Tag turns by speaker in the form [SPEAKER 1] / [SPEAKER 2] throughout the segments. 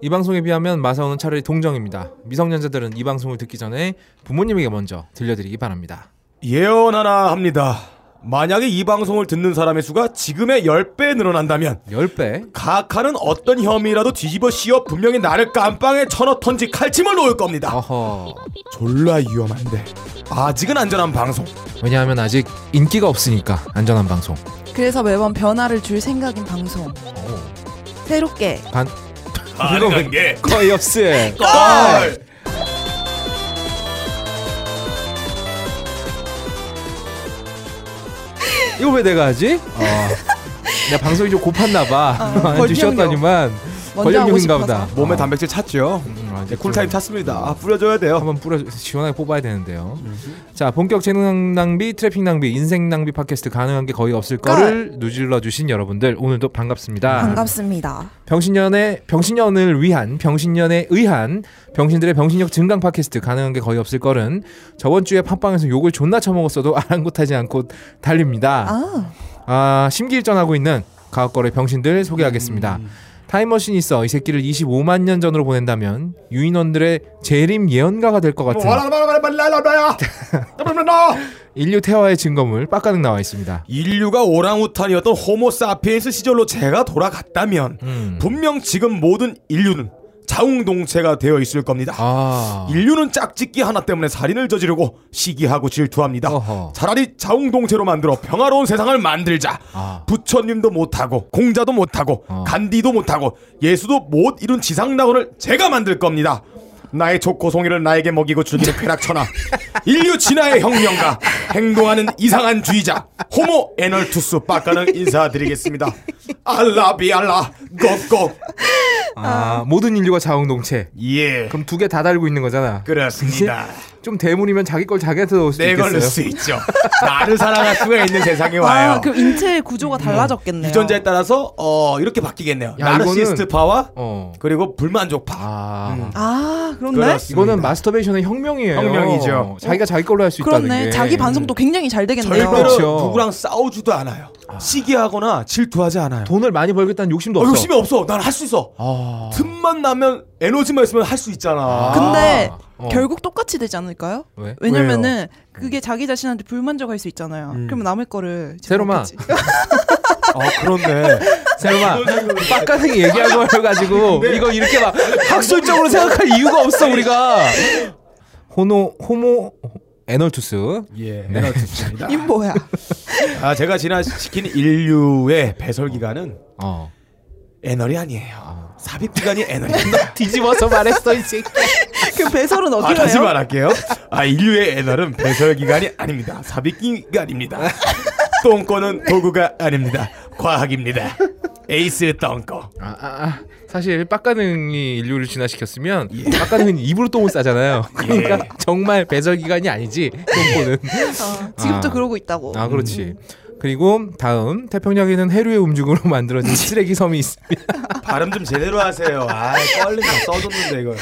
[SPEAKER 1] 이 방송에 비하면 마사오는 차라리 동정입니다. 미성년자들은 이 방송을 듣기 전에 부모님에게 먼저 들려드리기 바랍니다.
[SPEAKER 2] 예언 하나 합니다. 만약에 이 방송을 듣는 사람의 수가 지금의 10배 늘어난다면
[SPEAKER 1] 10배?
[SPEAKER 2] 각하는 어떤 혐의라도 뒤집어 씌워 분명히 나를 깜빵에 천어턴지 칼침을 놓을 겁니다.
[SPEAKER 1] 어허.
[SPEAKER 2] 아, 졸라 위험한데 아직은 안전한 방송.
[SPEAKER 1] 왜냐하면 아직 인기가 없으니까 안전한 방송.
[SPEAKER 3] 그래서 매번 변화를 줄 생각인 방송. 새롭게
[SPEAKER 1] 반
[SPEAKER 2] 가능한 게
[SPEAKER 1] 거의 없음.
[SPEAKER 2] 걸.
[SPEAKER 1] 이거 왜 내가 하지? 어. 내가 방송이 좀 고팠나 봐. 한주
[SPEAKER 3] 권력력.
[SPEAKER 1] 쉬었다니만
[SPEAKER 3] 먼저 하고
[SPEAKER 1] 권력력인가
[SPEAKER 3] 싶어서.
[SPEAKER 1] 보다.
[SPEAKER 2] 몸에
[SPEAKER 1] 어.
[SPEAKER 2] 단백질 찼죠.
[SPEAKER 1] 음, 아, 이제
[SPEAKER 2] 네, 쿨타임
[SPEAKER 1] 좀
[SPEAKER 2] 찼습니다. 아, 뿌려줘야 돼요.
[SPEAKER 1] 한번 뿌려 시원하게 뽑아야 되는데요. 자, 본격 재능 낭비, 트래핑 낭비, 인생 낭비 팟캐스트 가능한 게 거의 없을 거를 누질러 주신 여러분들 오늘도 반갑습니다.
[SPEAKER 3] 반갑습니다.
[SPEAKER 1] 병신년의 병신년을 위한 병신년에 의한 병신들의 병신력 증강 팟캐스트 가능한 게 거의 없을 거는 저번 주에 팟빵에서 욕을 존나 처먹었어도 아랑곳하지 않고 달립니다.
[SPEAKER 3] 아,
[SPEAKER 1] 아, 심기일전하고 있는 가옥걸의 병신들 소개하겠습니다. 타임머신이 있어 이 새끼를 25만 년 전으로 보낸다면 유인원들의 재림 예언가가 될 것
[SPEAKER 2] 뭐
[SPEAKER 1] 같은 인류 태화의 증거물 빡가능 나와 있습니다.
[SPEAKER 2] 인류가 오랑우탄이었던 호모사피엔스 시절로 제가 돌아갔다면
[SPEAKER 1] 음.
[SPEAKER 2] 분명 지금 모든 인류는 자웅동체가 되어 있을 겁니다.
[SPEAKER 1] 아,
[SPEAKER 2] 어. 인류는 짝짓기 하나 때문에 살인을 저지르고 시기하고 질투합니다.
[SPEAKER 1] 어허.
[SPEAKER 2] 차라리 자웅동체로 만들어 평화로운 세상을 만들자.
[SPEAKER 1] 아.
[SPEAKER 2] 부처님도 못하고 공자도 못하고
[SPEAKER 1] 어.
[SPEAKER 2] 간디도 못하고 예수도 못 이룬 지상낙원을 제가 만들 겁니다. 나의 조코송이를 나에게 먹이고 즐기는 쾌락천하 인류 진화의 혁명가 행동하는 이상한 주의자 호모 에널투스 빡가는 인사드리겠습니다. 알라비알라 고고
[SPEAKER 1] 아, 모든 인류가 자웅동체.
[SPEAKER 2] 예
[SPEAKER 1] 그럼 두 개 다 달고 있는 거잖아.
[SPEAKER 2] 그렇습니다.
[SPEAKER 1] 좀 대물이면 자기 네. 걸 자기한테 넣을 수도
[SPEAKER 2] 내
[SPEAKER 1] 있겠어요.
[SPEAKER 2] 네, 걸릴 수 있죠. 나를 사랑할 수가 있는 세상에 와요.
[SPEAKER 3] 아, 그럼 인체의 구조가 달라졌겠네요.
[SPEAKER 2] 유전자에 따라서 어 이렇게 바뀌겠네요.
[SPEAKER 1] 야,
[SPEAKER 2] 나르시스트파와
[SPEAKER 1] 어.
[SPEAKER 2] 그리고 불만족파.
[SPEAKER 1] 아.
[SPEAKER 2] 음.
[SPEAKER 3] 아, 그렇네.
[SPEAKER 2] 그렇습니다.
[SPEAKER 1] 이거는 마스터베이션의 혁명이에요. 어,
[SPEAKER 2] 혁명이죠.
[SPEAKER 1] 자기가 자기 걸로 할 수 있다는
[SPEAKER 3] 그렇네.
[SPEAKER 1] 게.
[SPEAKER 3] 자기 반성도 굉장히 잘 되겠네요.
[SPEAKER 2] 절대로
[SPEAKER 1] 그렇죠.
[SPEAKER 2] 누구랑 싸우지도 않아요. 시기하거나 질투하지 않아요.
[SPEAKER 1] 음. 돈을 많이 벌겠다는 욕심도
[SPEAKER 2] 어,
[SPEAKER 1] 없어.
[SPEAKER 2] 욕심이 없어. 난 할 수 있어.
[SPEAKER 1] 아.
[SPEAKER 2] 틈만 나면 에너지만 있으면 할 수 있잖아.
[SPEAKER 3] 근데
[SPEAKER 1] 어.
[SPEAKER 3] 결국 똑같이 되지 않을까요?
[SPEAKER 1] 왜?
[SPEAKER 3] 왜냐면은 그게 자기 자신한테 불만족할 수 있잖아요.
[SPEAKER 2] 음.
[SPEAKER 3] 그럼 남의 거를 이제
[SPEAKER 1] 새로만.
[SPEAKER 3] 먹겠지.
[SPEAKER 2] 아 그렇네.
[SPEAKER 1] 세로마 빡가능이 얘기한 걸 가지고 이거 이렇게 막 학술적으로 생각할 이유가 없어 우리가. 호노 호모 에널투스.
[SPEAKER 2] 예. 에너지입니다.
[SPEAKER 3] 이 뭐야?
[SPEAKER 2] 아 제가 지난 시킨 인류의 배설 기간은
[SPEAKER 1] 어.
[SPEAKER 2] 에너리 아니에요. 삽입 기간이 에너리입니다.
[SPEAKER 1] 뒤집어서 말했어 이 새끼.
[SPEAKER 3] 그 배설은
[SPEAKER 2] 아,
[SPEAKER 3] 어디로
[SPEAKER 2] 다시
[SPEAKER 3] 해요?
[SPEAKER 2] 말할게요. 아 인류의 에너는 배설 기간이 아닙니다. 삽입 기간입니다. 똥꼬는 도구가 아닙니다. 과학입니다. 에이스 똥꼬.
[SPEAKER 1] 아, 아, 아. 사실 빡가능이 인류를 진화시켰으면
[SPEAKER 2] 예.
[SPEAKER 1] 빡가능은 입으로 똥을 싸잖아요. 그러니까 정말 배설 기간이 아니지 똥꼬는.
[SPEAKER 3] 어, 지금도
[SPEAKER 1] 아.
[SPEAKER 3] 그러고 있다고.
[SPEAKER 2] 음.
[SPEAKER 1] 아 그렇지. 그리고 다음 태평양에는 해류의 움직임으로 만들어진 쓰레기 섬이 있습니다.
[SPEAKER 2] 발음 좀 제대로 하세요. 아, 껄림 다 써줬는데 이거.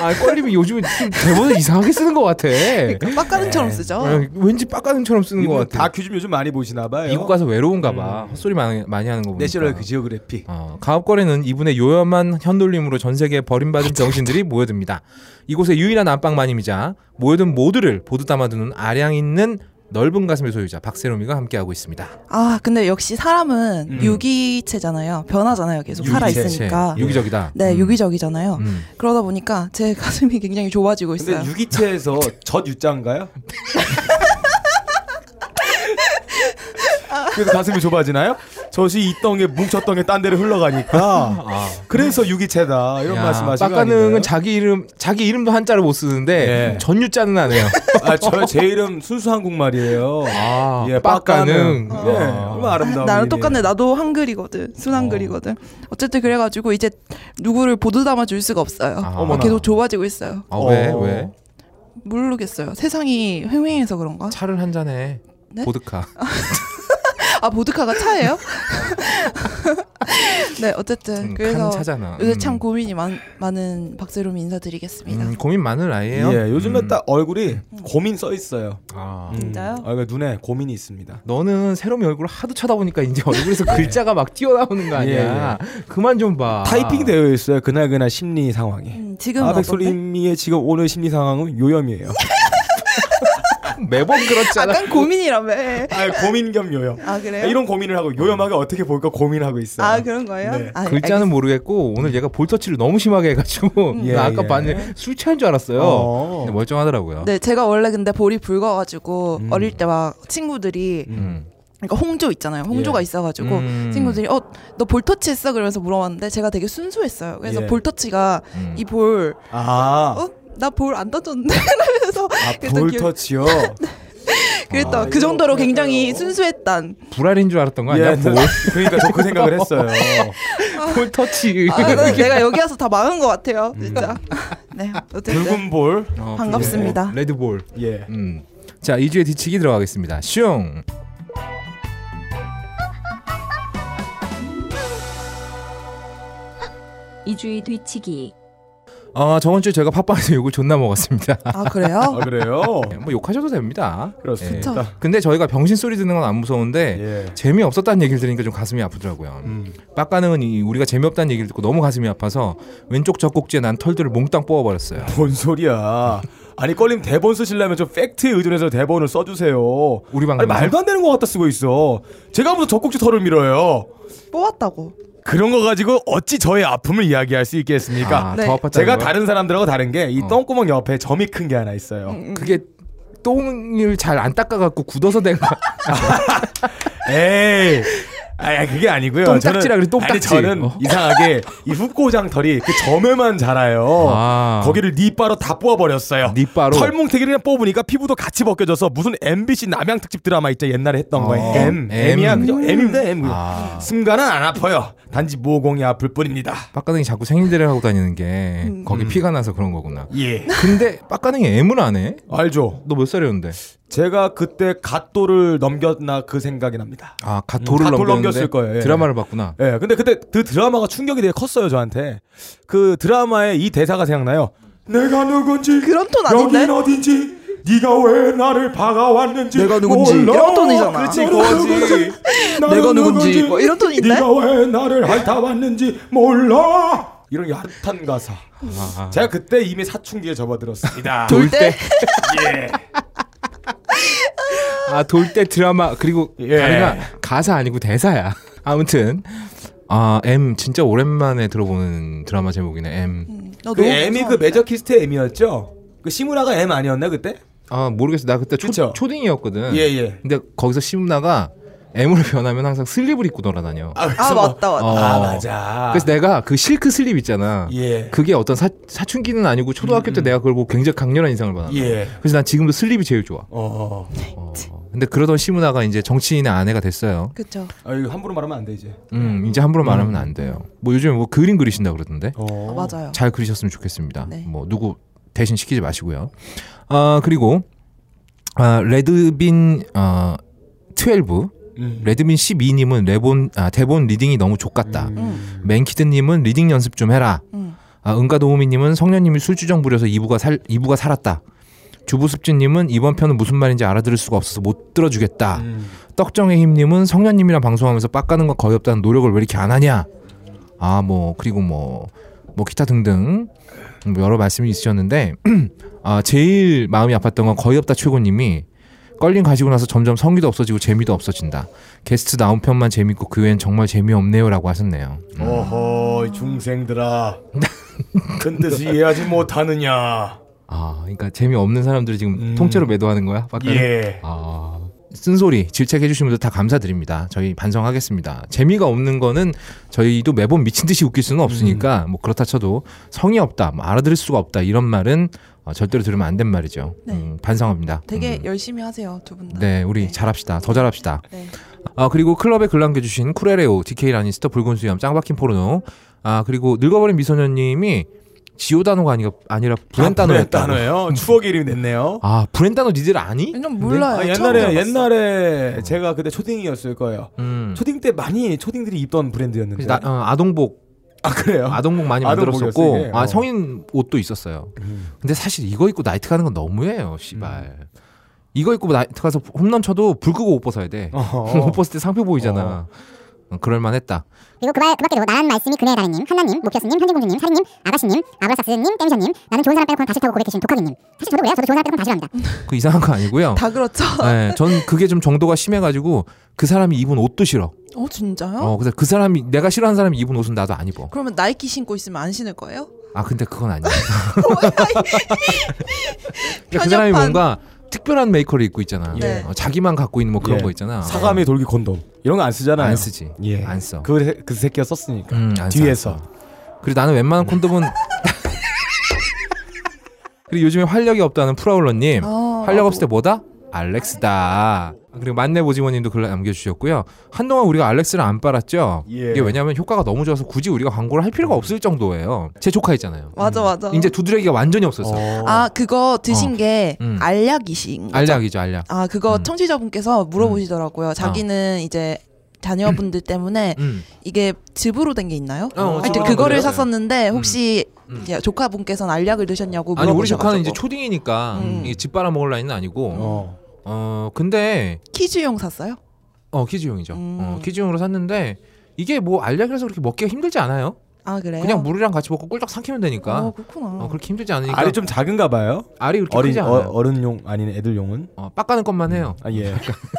[SPEAKER 1] 아 껄림이 요즘에 좀 대본을 이상하게 쓰는 것 같아.
[SPEAKER 3] 그러니까 빡가는처럼 쓰죠.
[SPEAKER 1] 어, 왠지 빡가능처럼 쓰는 것
[SPEAKER 2] 이분
[SPEAKER 1] 뭐 같아.
[SPEAKER 2] 다큐 좀 요즘 많이 보시나 봐요.
[SPEAKER 1] 미국 가서 외로운가 봐. 헛소리 많이, 많이 하는 거 보니까.
[SPEAKER 2] 내셔널 지오그래피.
[SPEAKER 1] 어, 가업거래는 이분의 요염한 현돌림으로 전 세계에 버림받은 병신들이 모여듭니다. 이곳의 유일한 안방마님이자 모여든 모두를 보드 담아두는 아량 있는 넓은 가슴의 소유자 박세롬이가 함께하고 있습니다.
[SPEAKER 3] 아 근데 역시 사람은 유기체잖아요. 변하잖아요. 계속 살아 있으니까.
[SPEAKER 1] 제, 유기적이다.
[SPEAKER 3] 네,
[SPEAKER 1] 음.
[SPEAKER 3] 유기적이잖아요.
[SPEAKER 1] 음.
[SPEAKER 3] 그러다 보니까 제 가슴이 굉장히 좁아지고 있어요.
[SPEAKER 2] 근데 유기체에서 젖 유자인가요?
[SPEAKER 1] 아.
[SPEAKER 2] 그래서 가슴이 좁아지나요? 젖이 이 덩에 뭉쳤던 게 딴 데로 흘러가니까
[SPEAKER 1] 아.
[SPEAKER 2] 그래서 유기체다 이런
[SPEAKER 1] 야,
[SPEAKER 2] 말씀하시는 거 아닌가요?
[SPEAKER 1] 빡가능은 자기 이름 자기 이름도 한자를 못 쓰는데
[SPEAKER 2] 예.
[SPEAKER 1] 전유자는 안 해요.
[SPEAKER 2] 아, 저 제 이름 순수 한국말이에요.
[SPEAKER 1] 아,
[SPEAKER 2] 예,
[SPEAKER 1] 빡가능.
[SPEAKER 2] 빡가능.
[SPEAKER 1] 어.
[SPEAKER 2] 예, 얼마나 아름다운.
[SPEAKER 3] 나랑
[SPEAKER 2] 일이에요.
[SPEAKER 3] 똑같네. 나도 한글이거든. 순한글이거든. 어쨌든 그래가지고 이제 누구를 보드 담아 줄 수가 없어요.
[SPEAKER 1] 아.
[SPEAKER 3] 어, 계속 좁아지고 있어요.
[SPEAKER 1] 아, 왜
[SPEAKER 2] 어.
[SPEAKER 1] 왜?
[SPEAKER 3] 모르겠어요. 세상이 횡횡해서 그런가?
[SPEAKER 1] 차를 한 잔에 음,
[SPEAKER 3] 네?
[SPEAKER 1] 보드카.
[SPEAKER 3] 아 보드카가 차예요? 네, 어쨌든
[SPEAKER 1] 음,
[SPEAKER 3] 그래서
[SPEAKER 1] 칸 차잖아.
[SPEAKER 3] 요새
[SPEAKER 1] 음.
[SPEAKER 3] 참 고민이 많, 많은 박세롬 인사드리겠습니다.
[SPEAKER 1] 음, 고민 많은 아이예요.
[SPEAKER 2] 예, 요즘에
[SPEAKER 1] 음.
[SPEAKER 2] 딱 얼굴이 고민 써 있어요.
[SPEAKER 1] 아.
[SPEAKER 3] 진짜요?
[SPEAKER 2] 얼굴 눈에 고민이 있습니다.
[SPEAKER 1] 너는 새롬이 얼굴을 하도 쳐다보니까 이제 얼굴에서 글자가 막 튀어나오는 거 아니야. 그만 좀 봐.
[SPEAKER 2] 타이핑 되어 있어요. 그날 그날 심리 상황이.
[SPEAKER 3] 음, 지금은
[SPEAKER 2] 아
[SPEAKER 3] 어떤데?
[SPEAKER 2] 백솔님의 지금 오늘 심리 상황은 요염이에요.
[SPEAKER 1] 매번 그렇잖아.
[SPEAKER 3] 약간 고민이라며.
[SPEAKER 2] 아 고민 겸 요염.
[SPEAKER 3] 아 그래요?
[SPEAKER 2] 이런 고민을 하고 요염하게
[SPEAKER 1] 음.
[SPEAKER 2] 어떻게 볼까 고민하고 있어요.
[SPEAKER 3] 아 그런 거예요?
[SPEAKER 2] 네.
[SPEAKER 3] 아,
[SPEAKER 1] 글자는 모르겠고 오늘 얘가 볼터치를 너무 심하게 해가지고
[SPEAKER 3] 음.
[SPEAKER 2] 예,
[SPEAKER 1] 나 아까
[SPEAKER 2] 예.
[SPEAKER 1] 봤는데 술 취한 줄 알았어요.
[SPEAKER 2] 어. 음.
[SPEAKER 1] 근데 멀쩡하더라고요.
[SPEAKER 3] 네, 제가 원래 근데 볼이 붉어가지고 어릴 때 막 친구들이
[SPEAKER 1] 음.
[SPEAKER 3] 그러니까 홍조 있잖아요. 홍조가
[SPEAKER 2] 예.
[SPEAKER 3] 있어가지고
[SPEAKER 1] 음.
[SPEAKER 3] 친구들이 어 너 볼터치 했어 그러면서 물어봤는데 제가 되게 순수했어요. 그래서
[SPEAKER 2] 예.
[SPEAKER 3] 볼터치가
[SPEAKER 1] 음.
[SPEAKER 3] 이볼어나
[SPEAKER 2] 아,
[SPEAKER 3] 볼 안 던졌는데 그래서
[SPEAKER 2] 아
[SPEAKER 3] 그랬던 기억-
[SPEAKER 2] 볼터치요.
[SPEAKER 1] 네.
[SPEAKER 3] 그랬던
[SPEAKER 2] 아,
[SPEAKER 3] 그 정도로
[SPEAKER 2] 이렇구나.
[SPEAKER 3] 굉장히 순수했단
[SPEAKER 1] 불알인 줄 알았던 거
[SPEAKER 2] 예,
[SPEAKER 1] 아니야? 뭐
[SPEAKER 2] 저- 그러니까 저 그 생각을 했어요.
[SPEAKER 3] 네.
[SPEAKER 1] 볼터치.
[SPEAKER 3] 아, 나- 내가 여기 와서 다 망한 것 같아요,
[SPEAKER 2] 음.
[SPEAKER 3] 진짜. 네, 어쨌든
[SPEAKER 2] 붉은 볼.
[SPEAKER 1] 어,
[SPEAKER 3] 반갑습니다.
[SPEAKER 1] 예. 레드볼.
[SPEAKER 2] 예.
[SPEAKER 1] 음. 자, 2주의 뒤치기 들어가겠습니다. 슝.
[SPEAKER 4] 이주의 뒤치기
[SPEAKER 1] 아, 저번 주에 제가 팟빵에서 욕을 존나 먹었습니다.
[SPEAKER 3] 아 그래요?
[SPEAKER 2] 아 그래요?
[SPEAKER 1] 예, 뭐 욕하셔도 됩니다.
[SPEAKER 2] 그렇습니다.
[SPEAKER 3] 그쵸.
[SPEAKER 1] 근데 저희가 병신 소리 듣는 건 안 무서운데
[SPEAKER 2] 예.
[SPEAKER 1] 재미없었다는 얘기를 들으니까 좀 가슴이 아프더라고요.
[SPEAKER 2] 음.
[SPEAKER 1] 빡가능은 이 우리가 재미없다는 얘기를 듣고 너무 가슴이 아파서 왼쪽 젖꼭지에 난 털들을 몽땅 뽑아버렸어요.
[SPEAKER 2] 뭔 소리야? 아니 껄림 대본 쓰시려면 좀 팩트에 의존해서 대본을 써주세요.
[SPEAKER 1] 우리 방송에서?
[SPEAKER 2] 아니, 말도 안 되는 것 갖다 쓰고 있어. 제가 무슨 젖꼭지 털을 밀어요.
[SPEAKER 3] 뽑았다고.
[SPEAKER 2] 그런 거 가지고 어찌 저의 아픔을 이야기할 수 있겠습니까?
[SPEAKER 1] 아,
[SPEAKER 3] 네.
[SPEAKER 1] 더 아팠다는
[SPEAKER 2] 그러니까 제가
[SPEAKER 1] 거야?
[SPEAKER 2] 다른 사람들하고 다른 게 이
[SPEAKER 1] 어.
[SPEAKER 2] 똥구멍 옆에 점이 큰 게 하나 있어요.
[SPEAKER 3] 음,
[SPEAKER 1] 그게 똥을 잘 안 닦아갖고 굳어서 된 거.
[SPEAKER 2] 에이. 아, 그게 아니고요.
[SPEAKER 1] 똥딱지라
[SPEAKER 2] 저는-
[SPEAKER 1] 그래, 똥딱지.
[SPEAKER 2] 아니, 저는
[SPEAKER 1] 어.
[SPEAKER 2] 이상하게 이 훅고장 털이 그 점에만 자라요.
[SPEAKER 1] 아.
[SPEAKER 2] 거기를 니빠로 다 뽑아버렸어요.
[SPEAKER 1] 니빠로?
[SPEAKER 2] 털뭉태기를 그냥 뽑으니까 피부도 같이 벗겨져서 무슨 MBC 남양 특집 드라마 있죠 옛날에 했던
[SPEAKER 1] 어.
[SPEAKER 2] 거예요. M,
[SPEAKER 1] M. 음.
[SPEAKER 2] M이야 그죠? M인데 M.
[SPEAKER 1] 아.
[SPEAKER 2] 순간은 안 아파요. 단지 모공이 아플 뿐입니다.
[SPEAKER 1] 빡가능이 자꾸 생일대를 하고 다니는 게
[SPEAKER 2] 음.
[SPEAKER 1] 거기 피가 나서 그런 거구나.
[SPEAKER 2] 예.
[SPEAKER 1] 근데 빡가능이 M을 안 해?
[SPEAKER 2] 알죠.
[SPEAKER 1] 너 몇 살이었는데?
[SPEAKER 2] 제가 그때 갓도를 넘겼나 그 생각이 납니다.
[SPEAKER 1] 아, 가 도를
[SPEAKER 2] 음, 갓 도를
[SPEAKER 1] 넘겼는데
[SPEAKER 2] 넘겼을 거예요, 예.
[SPEAKER 1] 드라마를 봤구나.
[SPEAKER 2] 예, 근데 그때 그 드라마가 충격이 되게 컸어요 저한테. 그 드라마의 이 대사가 생각나요. 내가 누군지
[SPEAKER 3] 그런 톤 아닌데?
[SPEAKER 2] 여긴 어딘지 네가 왜 나를 박아왔는지
[SPEAKER 3] 내가 누군지
[SPEAKER 2] 몰라.
[SPEAKER 3] 이런 톤이잖아.
[SPEAKER 2] 그렇지
[SPEAKER 3] 내가
[SPEAKER 2] 그거지. 나는
[SPEAKER 3] 내가 누군지 뭐 이런 톤인데?
[SPEAKER 2] 네가 왜 나를 핥아왔는지 몰라. 이런 야릇한 가사.
[SPEAKER 1] 아.
[SPEAKER 2] 제가 그때 이미 사춘기에 접어들었습니다.
[SPEAKER 1] 돌
[SPEAKER 3] 때?
[SPEAKER 1] 때? 예. 아, 돌 때 드라마 그리고
[SPEAKER 2] 예.
[SPEAKER 1] 다리가 가사 아니고 대사야. 아무튼 아, M 진짜 오랜만에 들어보는 드라마 제목이네. M.
[SPEAKER 3] 음, 너
[SPEAKER 2] 그
[SPEAKER 3] 너무
[SPEAKER 2] M이 그
[SPEAKER 3] 무서운데?
[SPEAKER 2] 매저 키스트의 M이었죠? 그 시무라가 M 아니었나 그때?
[SPEAKER 1] 아, 모르겠어. 나 그때 초,
[SPEAKER 2] 그쵸?
[SPEAKER 1] 초딩이었거든.
[SPEAKER 2] 예, 예.
[SPEAKER 1] 근데 거기서 시무나가 M으로 변하면 항상 슬립을 입고 돌아다녀.
[SPEAKER 2] 아,
[SPEAKER 3] 아
[SPEAKER 2] 그래서 뭐-
[SPEAKER 3] 맞다 맞다.
[SPEAKER 1] 어.
[SPEAKER 2] 아 맞아.
[SPEAKER 1] 그래서 내가 그 실크 슬립 있잖아.
[SPEAKER 2] 예. 음,
[SPEAKER 1] 그게 어떤 사, 사춘기는 아니고 초등학교 때 내가 그걸 보고 굉장히 강렬한 인상을 받았어.
[SPEAKER 2] 예.
[SPEAKER 1] 그래서 난 지금도 슬립이 제일 좋아.
[SPEAKER 2] 어.
[SPEAKER 1] 어. 근데 그러던 시무나가 이제 정치인의 아내가 됐어요.
[SPEAKER 3] 그쵸.
[SPEAKER 2] 아 이거 함부로 말하면 안 돼 이제.
[SPEAKER 1] 음, 이제 함부로 말하면 안 돼요. 뭐 요즘에 뭐 그림 그리신다 그러던데.
[SPEAKER 2] 어.
[SPEAKER 3] 아, 맞아요.
[SPEAKER 1] 잘 그리셨으면 좋겠습니다.
[SPEAKER 3] 네.
[SPEAKER 1] 뭐 누구 대신 시키지 마시고요. 아, 그리고 아, 레드빈 어 12
[SPEAKER 2] 음.
[SPEAKER 1] 레드빈 12님은 레본 아, 대본 리딩이 너무 족같다.
[SPEAKER 3] 음.
[SPEAKER 1] 맨키드님은 리딩 연습 좀 해라.
[SPEAKER 3] 음.
[SPEAKER 1] 아, 은가도우미님은 성녀님이 술주정 부려서 이부가 살 이부가 살았다. 주부습진님은 이번 편은 무슨 말인지 알아들을 수가 없어서 못 들어주겠다.
[SPEAKER 2] 음.
[SPEAKER 1] 떡정의 힘님은 성녀님이랑 방송하면서 빡가는 건 거의 없다는 노력을 왜 이렇게 안 하냐. 아, 뭐, 그리고 뭐, 뭐, 기타 등등. 뭐 여러 말씀이 있으셨는데, 아, 제일 마음이 아팠던 건 거의 없다 최고님이 껄린 가지고 나서 점점 성기도 없어지고 재미도 없어진다. 게스트 나온 편만 재밌고 그 외엔 정말 재미없네요. 라고 하셨네요.
[SPEAKER 2] 어허 이 중생들아. 큰 뜻을 이해하지 못하느냐.
[SPEAKER 1] 아, 그러니까 재미없는 사람들이 지금
[SPEAKER 2] 음.
[SPEAKER 1] 통째로 매도하는 거야? 빡가는?
[SPEAKER 2] 예.
[SPEAKER 1] 아, 쓴소리 질책해 주신 분들 다 감사드립니다. 저희 반성하겠습니다. 재미가 없는 거는 저희도 매번 미친 듯이 웃길 수는 없으니까
[SPEAKER 3] 음.
[SPEAKER 1] 뭐 그렇다 쳐도 성의 없다, 뭐 알아들을 수가 없다 이런 말은 어, 절대로 들으면 안 된 말이죠.
[SPEAKER 3] 네.
[SPEAKER 1] 음, 반성합니다.
[SPEAKER 3] 되게
[SPEAKER 1] 음.
[SPEAKER 3] 열심히 하세요 두 분 다.
[SPEAKER 1] 네, 우리
[SPEAKER 3] 네.
[SPEAKER 1] 잘합시다. 더 잘합시다.
[SPEAKER 3] 네.
[SPEAKER 1] 아 그리고 클럽에 글 남겨주신 쿠레레오, DK 라니스터, 붉은 수염, 짱박힌 포르노, 아 그리고 늙어버린 미소녀님이 지오 단어가 아니가 아니라 브랜
[SPEAKER 2] 네,
[SPEAKER 1] 단어였다.
[SPEAKER 2] 단어예요. 추억의 이름이 됐네요.
[SPEAKER 1] 아 브랜 단어 니들 아니?
[SPEAKER 3] 좀 몰라요.
[SPEAKER 2] 아,
[SPEAKER 3] 처음
[SPEAKER 2] 옛날에
[SPEAKER 3] 들어봤어요.
[SPEAKER 2] 옛날에 제가 그때 초딩이었을 거예요.
[SPEAKER 1] 음.
[SPEAKER 2] 초딩 때 많이 초딩들이 입던 브랜드였는데.
[SPEAKER 1] 나, 어, 아동복
[SPEAKER 2] 아 그래요?
[SPEAKER 1] 아동복 많이
[SPEAKER 2] 아동복이었어요,
[SPEAKER 1] 만들었었고
[SPEAKER 2] 이게? 어. 음.
[SPEAKER 1] 아 성인 옷도 있었어요. 근데 사실 이거 입고 나이트 가는 건 너무해요. 씨발. 이거 입고 나이트 가서 홈런 쳐도 불 끄고 옷 벗어야 돼.
[SPEAKER 2] 어허.
[SPEAKER 1] 옷 벗을 때 상표 보이잖아. 어, 그럴만했다.
[SPEAKER 5] 그리고 그바, 그 밖에도 나란 말씀이 그네의 달인님, 한나님, 목표스님, 현진공주님, 사리님, 아가씨님, 아브라삭스님, 땜샤님, 나는 좋은 사람 빼놓고 다시 타고 고개 계신 독학이님. 사실 저도 그래요. 저도 좋은 사람 빼놓고 다시 랍니다.
[SPEAKER 1] 그 이상한 거 아니고요.
[SPEAKER 3] 다 그렇죠.
[SPEAKER 1] 네, 전 그게 좀 정도가 심해가지고 그 사람이 입은 옷도 싫어.
[SPEAKER 3] 어 진짜요?
[SPEAKER 1] 어, 그래서 그 사람이 내가 싫어하는 사람이 입은 옷은 나도 안 입어.
[SPEAKER 3] 그러면 나이키 신고 있으면 안 신을 거예요?
[SPEAKER 1] 아 근데 그건 아니야. 그러니까 그
[SPEAKER 3] 편협한-
[SPEAKER 1] 사람이 뭔가 특별한 메이커를 입고 있잖아.
[SPEAKER 3] 네.
[SPEAKER 1] 어, 자기만 갖고 있는 뭐 그런
[SPEAKER 2] 예.
[SPEAKER 1] 거 있잖아.
[SPEAKER 2] 사감의 돌기 콘돔 이런 거 안 쓰잖아요.
[SPEAKER 1] 안 쓰지.
[SPEAKER 2] 예.
[SPEAKER 1] 안 써.
[SPEAKER 2] 그, 새- 그 새끼가 썼으니까.
[SPEAKER 1] 음, 안 써,
[SPEAKER 2] 뒤에서.
[SPEAKER 1] 안 써. 그리고 나는 웬만한 콘돔은 그리고 요즘에 활력이 없다는 프라울러님
[SPEAKER 3] 어,
[SPEAKER 1] 활력 없을 때 뭐다? 알렉스다. 그리고 만내보지모님도 글 남겨주셨고요. 한동안 우리가 알렉스를 안 빨았죠.
[SPEAKER 2] 예.
[SPEAKER 1] 이게 왜냐하면 효과가 너무 좋아서 굳이 우리가 광고를 할 필요가 없을 정도예요. 제 조카 있잖아요.
[SPEAKER 3] 어. 맞아 맞아.
[SPEAKER 1] 이제 두드러기가 완전히 없었어. 요
[SPEAKER 3] 아 그거 드신 게
[SPEAKER 1] 음.
[SPEAKER 3] 알약이신 거죠?
[SPEAKER 1] 알약이죠, 알약.
[SPEAKER 3] 아 그거
[SPEAKER 1] 음. 아.
[SPEAKER 3] 청취자분께서 물어보시더라고요. 자기는 이제 자녀분들 때문에
[SPEAKER 1] 음.
[SPEAKER 3] 이게 즙으로 된 게 있나요?
[SPEAKER 1] 어, 어,
[SPEAKER 3] 하여튼
[SPEAKER 1] 즙으로
[SPEAKER 3] 그거를
[SPEAKER 1] 그래요.
[SPEAKER 3] 샀었는데 혹시
[SPEAKER 1] 음.
[SPEAKER 3] 이제 조카분께서는 알약을 드셨냐고
[SPEAKER 1] 아니 우리
[SPEAKER 3] 뭐 물어보셔가지고
[SPEAKER 1] 조카는 이제 초딩이니까
[SPEAKER 3] 음.
[SPEAKER 1] 이게 집 빨아 먹을 나이는 아니고 어,
[SPEAKER 2] 어.
[SPEAKER 1] 근데
[SPEAKER 3] 키즈용 샀어요?
[SPEAKER 1] 어 키즈용이죠.
[SPEAKER 3] 음.
[SPEAKER 1] 어, 키즈용으로 샀는데 이게 뭐 알약이라서 그렇게 먹기가 힘들지 않아요.
[SPEAKER 3] 아 그래요?
[SPEAKER 1] 그냥 물이랑 같이 먹고 꿀떡 삼키면 되니까
[SPEAKER 3] 어, 그렇구나.
[SPEAKER 1] 어, 그렇게 힘들지 않으니까
[SPEAKER 2] 알이 좀 작은가 봐요.
[SPEAKER 1] 알이 그렇게
[SPEAKER 2] 어린
[SPEAKER 1] 크지
[SPEAKER 2] 어,
[SPEAKER 1] 않아요.
[SPEAKER 2] 어른용 아닌 애들용은
[SPEAKER 1] 어, 빡가는 것만 해요.
[SPEAKER 2] 아 예.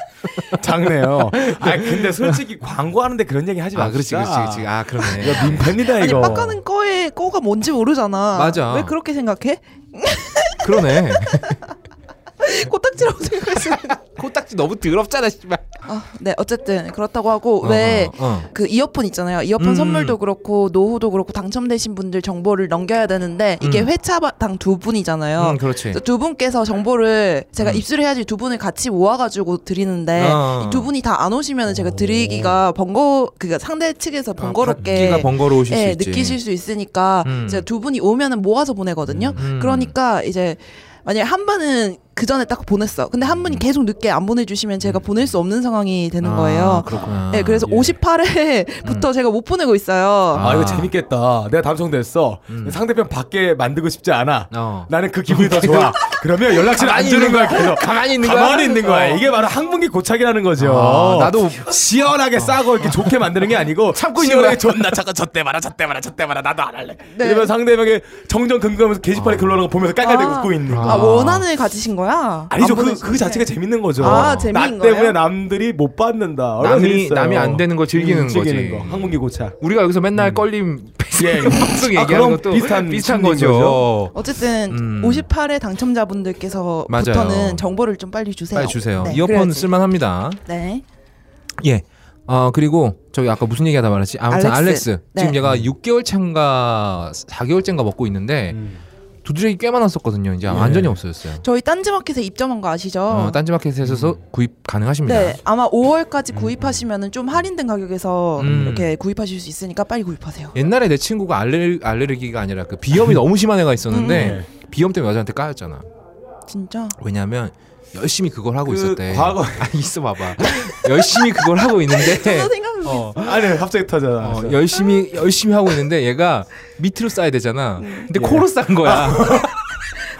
[SPEAKER 2] 작네요. 아 근데 솔직히 광고하는데 그런 얘기 하지
[SPEAKER 1] 아,
[SPEAKER 2] 마.
[SPEAKER 1] 그렇지, 그렇지, 그렇지. 아, 그러네.
[SPEAKER 2] 이거 민폐입니다
[SPEAKER 3] 아니
[SPEAKER 2] 이거.
[SPEAKER 3] 빡가는 꺼에 꺼가 뭔지 모르잖아.
[SPEAKER 1] 맞아.
[SPEAKER 3] 왜 그렇게 생각해?
[SPEAKER 1] 그러네.
[SPEAKER 3] 코딱지라고 생각했어요.
[SPEAKER 1] 코딱지 너무 더럽잖아, 씨발.
[SPEAKER 3] 아, 네 어쨌든 그렇다고 하고 왜
[SPEAKER 1] 어, 어.
[SPEAKER 3] 그 이어폰 있잖아요. 이어폰
[SPEAKER 1] 음.
[SPEAKER 3] 선물도 그렇고 노후도 그렇고 당첨되신 분들 정보를 넘겨야 되는데 이게
[SPEAKER 1] 음.
[SPEAKER 3] 회차당 두 분이잖아요.
[SPEAKER 1] 음, 그렇지.
[SPEAKER 3] 그래서 두 분께서 정보를 제가
[SPEAKER 1] 음.
[SPEAKER 3] 입수를 해야지 두 분을 같이 모아가지고 드리는데
[SPEAKER 1] 어.
[SPEAKER 3] 네, 이 두 분이 다 안 오시면 제가 드리기가 번거 그니까 상대 측에서 번거롭게
[SPEAKER 1] 기가 아, 어, 번거로우실
[SPEAKER 3] 예,
[SPEAKER 1] 수 있지.
[SPEAKER 3] 느끼실 수 있으니까
[SPEAKER 1] 음.
[SPEAKER 3] 제가 두 분이 오면은 모아서 보내거든요.
[SPEAKER 1] 음.
[SPEAKER 3] 그러니까 이제 만약에 한 분은 그 전에 딱 보냈어. 근데 한 분이 계속 늦게 안 보내주시면 제가 보낼 수 없는 상황이 되는
[SPEAKER 1] 음. 아, 음.
[SPEAKER 3] 거예요.
[SPEAKER 1] 그렇구나.
[SPEAKER 3] 네, 그래서
[SPEAKER 2] 예.
[SPEAKER 3] 58회부터 제가 못 보내고 있어요.
[SPEAKER 2] 아 이거 재밌겠다. 내가 당첨됐어.
[SPEAKER 1] 음.
[SPEAKER 2] 상대편 밖에 만들고 싶지 않아.
[SPEAKER 1] 어.
[SPEAKER 2] 나는 그 기분이 더 좋아. 그러면 연락처를 안
[SPEAKER 1] 가만히
[SPEAKER 2] 주는
[SPEAKER 1] 있는
[SPEAKER 2] 거야. 계속.
[SPEAKER 1] 가만히 있는 거야. 어.
[SPEAKER 2] 가만히 있는 거야. 이게 바로 항문기 고착이라는 거죠.
[SPEAKER 1] 아, 나도-
[SPEAKER 2] 시원하게 싸고 이렇게 좋게 만드는 게 아니고 참고
[SPEAKER 1] 있는 거야.
[SPEAKER 2] 존나 잠깐 저때 말아 저때 말아 저때 말아 나도 안 할래.
[SPEAKER 3] 네.
[SPEAKER 2] 이러면 상대방의 정정 긍긍하면서 게시판에
[SPEAKER 1] 아.
[SPEAKER 2] 글러오는 거 보면서 깔깔대고
[SPEAKER 3] 아.
[SPEAKER 2] 웃고 있는 거.
[SPEAKER 3] 아, 원한을 가지신 거야?
[SPEAKER 2] 아니죠.
[SPEAKER 3] 안
[SPEAKER 2] 그,
[SPEAKER 3] 보내주신
[SPEAKER 2] 그 자체가
[SPEAKER 3] 게.
[SPEAKER 2] 재밌는 거죠.
[SPEAKER 3] 아,
[SPEAKER 2] 나
[SPEAKER 3] 재미인
[SPEAKER 2] 때문에
[SPEAKER 3] 거예요?
[SPEAKER 2] 남들이 못 받는다. 얼마나
[SPEAKER 1] 남이-
[SPEAKER 2] 재밌어요. 음,
[SPEAKER 1] 남이 안 되는 거 즐기는 거지.
[SPEAKER 2] 거. 항문기 고착.
[SPEAKER 1] 우리가 여기서 맨날 껄림
[SPEAKER 2] 예.
[SPEAKER 1] 방송
[SPEAKER 2] 아,
[SPEAKER 1] 얘기하는
[SPEAKER 2] 그럼
[SPEAKER 1] 것도
[SPEAKER 2] 비슷한
[SPEAKER 1] 비슷한
[SPEAKER 2] 심리인
[SPEAKER 1] 거죠.
[SPEAKER 2] 거죠.
[SPEAKER 3] 어쨌든
[SPEAKER 1] 음.
[SPEAKER 3] 58회 당첨자분들께서부터는
[SPEAKER 1] 맞아요.
[SPEAKER 3] 정보를 좀 빨리 주세요.
[SPEAKER 1] 빨리 주세요.
[SPEAKER 3] 네,
[SPEAKER 1] 이어폰
[SPEAKER 3] 그래야지.
[SPEAKER 1] 쓸만합니다.
[SPEAKER 3] 네.
[SPEAKER 1] 예. 어 그리고 저기 아까 무슨 얘기하다 말았지? 아무튼
[SPEAKER 3] 알렉스.
[SPEAKER 1] 알렉스.
[SPEAKER 3] 네.
[SPEAKER 1] 지금 얘가 6개월 차인가 4개월 차인가 먹고 있는데
[SPEAKER 2] 음.
[SPEAKER 1] 두드러기 꽤 많았었거든요. 이제 완전히 없어졌어요.
[SPEAKER 3] 저희 딴지마켓에 입점한 거 아시죠?
[SPEAKER 1] 어, 딴지마켓에서 구입 가능하십니다.
[SPEAKER 3] 네, 아마 5월까지 구입하시면은 좀 할인된 가격에서
[SPEAKER 1] 음. 예.
[SPEAKER 3] 이렇게 구입하실 수 있으니까 빨리 구입하세요.
[SPEAKER 1] 옛날에 내 친구가 알레, 알레르기가 아니라 그 비염이 너무 심한 애가 있었는데 네.
[SPEAKER 2] 음.
[SPEAKER 1] 비염 때문에 여자한테 까였잖아.
[SPEAKER 3] 진짜.
[SPEAKER 1] 왜냐하면 열심히 그걸 하고
[SPEAKER 2] 그
[SPEAKER 1] 있었대.
[SPEAKER 2] 과거-
[SPEAKER 1] 아, 있어 봐봐. 열심히 그걸 하고 있는데
[SPEAKER 3] 나 생각하고
[SPEAKER 1] 어,
[SPEAKER 2] 아니 갑자기 터잖아.
[SPEAKER 1] 어, 열심히 열심히 하고 있는데 얘가 밑으로 싸야 되잖아. 근데 코로 싼 거야.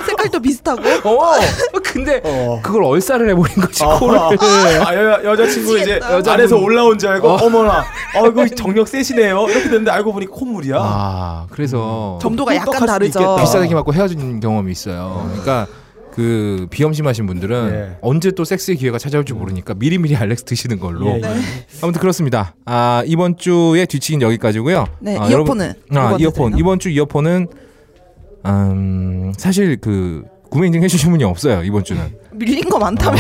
[SPEAKER 3] 색깔도 비슷하고.
[SPEAKER 1] 어. 근데
[SPEAKER 2] 어.
[SPEAKER 1] 그걸 얼싸를 해버린 거지
[SPEAKER 2] 아,
[SPEAKER 1] 코를.
[SPEAKER 2] 아, 여, 여자친구 이제
[SPEAKER 3] 미치겠다.
[SPEAKER 1] 여자분.
[SPEAKER 2] 안에서 올라온 줄 알고
[SPEAKER 1] 어.
[SPEAKER 2] 어. 머나 아이고 정력 세시네요 이렇게 됐는데 알고 보니 콧물이야
[SPEAKER 1] 아
[SPEAKER 2] 음.
[SPEAKER 1] 그래서
[SPEAKER 3] 점도가 약간
[SPEAKER 2] 똑똑할 수도
[SPEAKER 3] 다르죠.
[SPEAKER 2] 있겠다.
[SPEAKER 1] 비싸게 맞고 헤어진 경험이 있어요. 그러니까 그 비염 심하신 분들은
[SPEAKER 2] 예.
[SPEAKER 1] 언제 또 섹스의 기회가 찾아올지 모르니까 미리미리 알렉스 드시는 걸로.
[SPEAKER 2] 예, 예.
[SPEAKER 1] 아무튼 그렇습니다. 아 이번 주에 뒤치긴 여기까지고요.
[SPEAKER 3] 네,
[SPEAKER 1] 아,
[SPEAKER 3] 이어폰은
[SPEAKER 1] 여러분, 아
[SPEAKER 3] 누구한테
[SPEAKER 1] 이어폰
[SPEAKER 3] 드리나?
[SPEAKER 1] 이번 주 이어폰은 음, 사실 그 구매 인증 해주신 분이 없어요 이번 주는
[SPEAKER 3] 밀린 거
[SPEAKER 1] 어.
[SPEAKER 3] 많다며.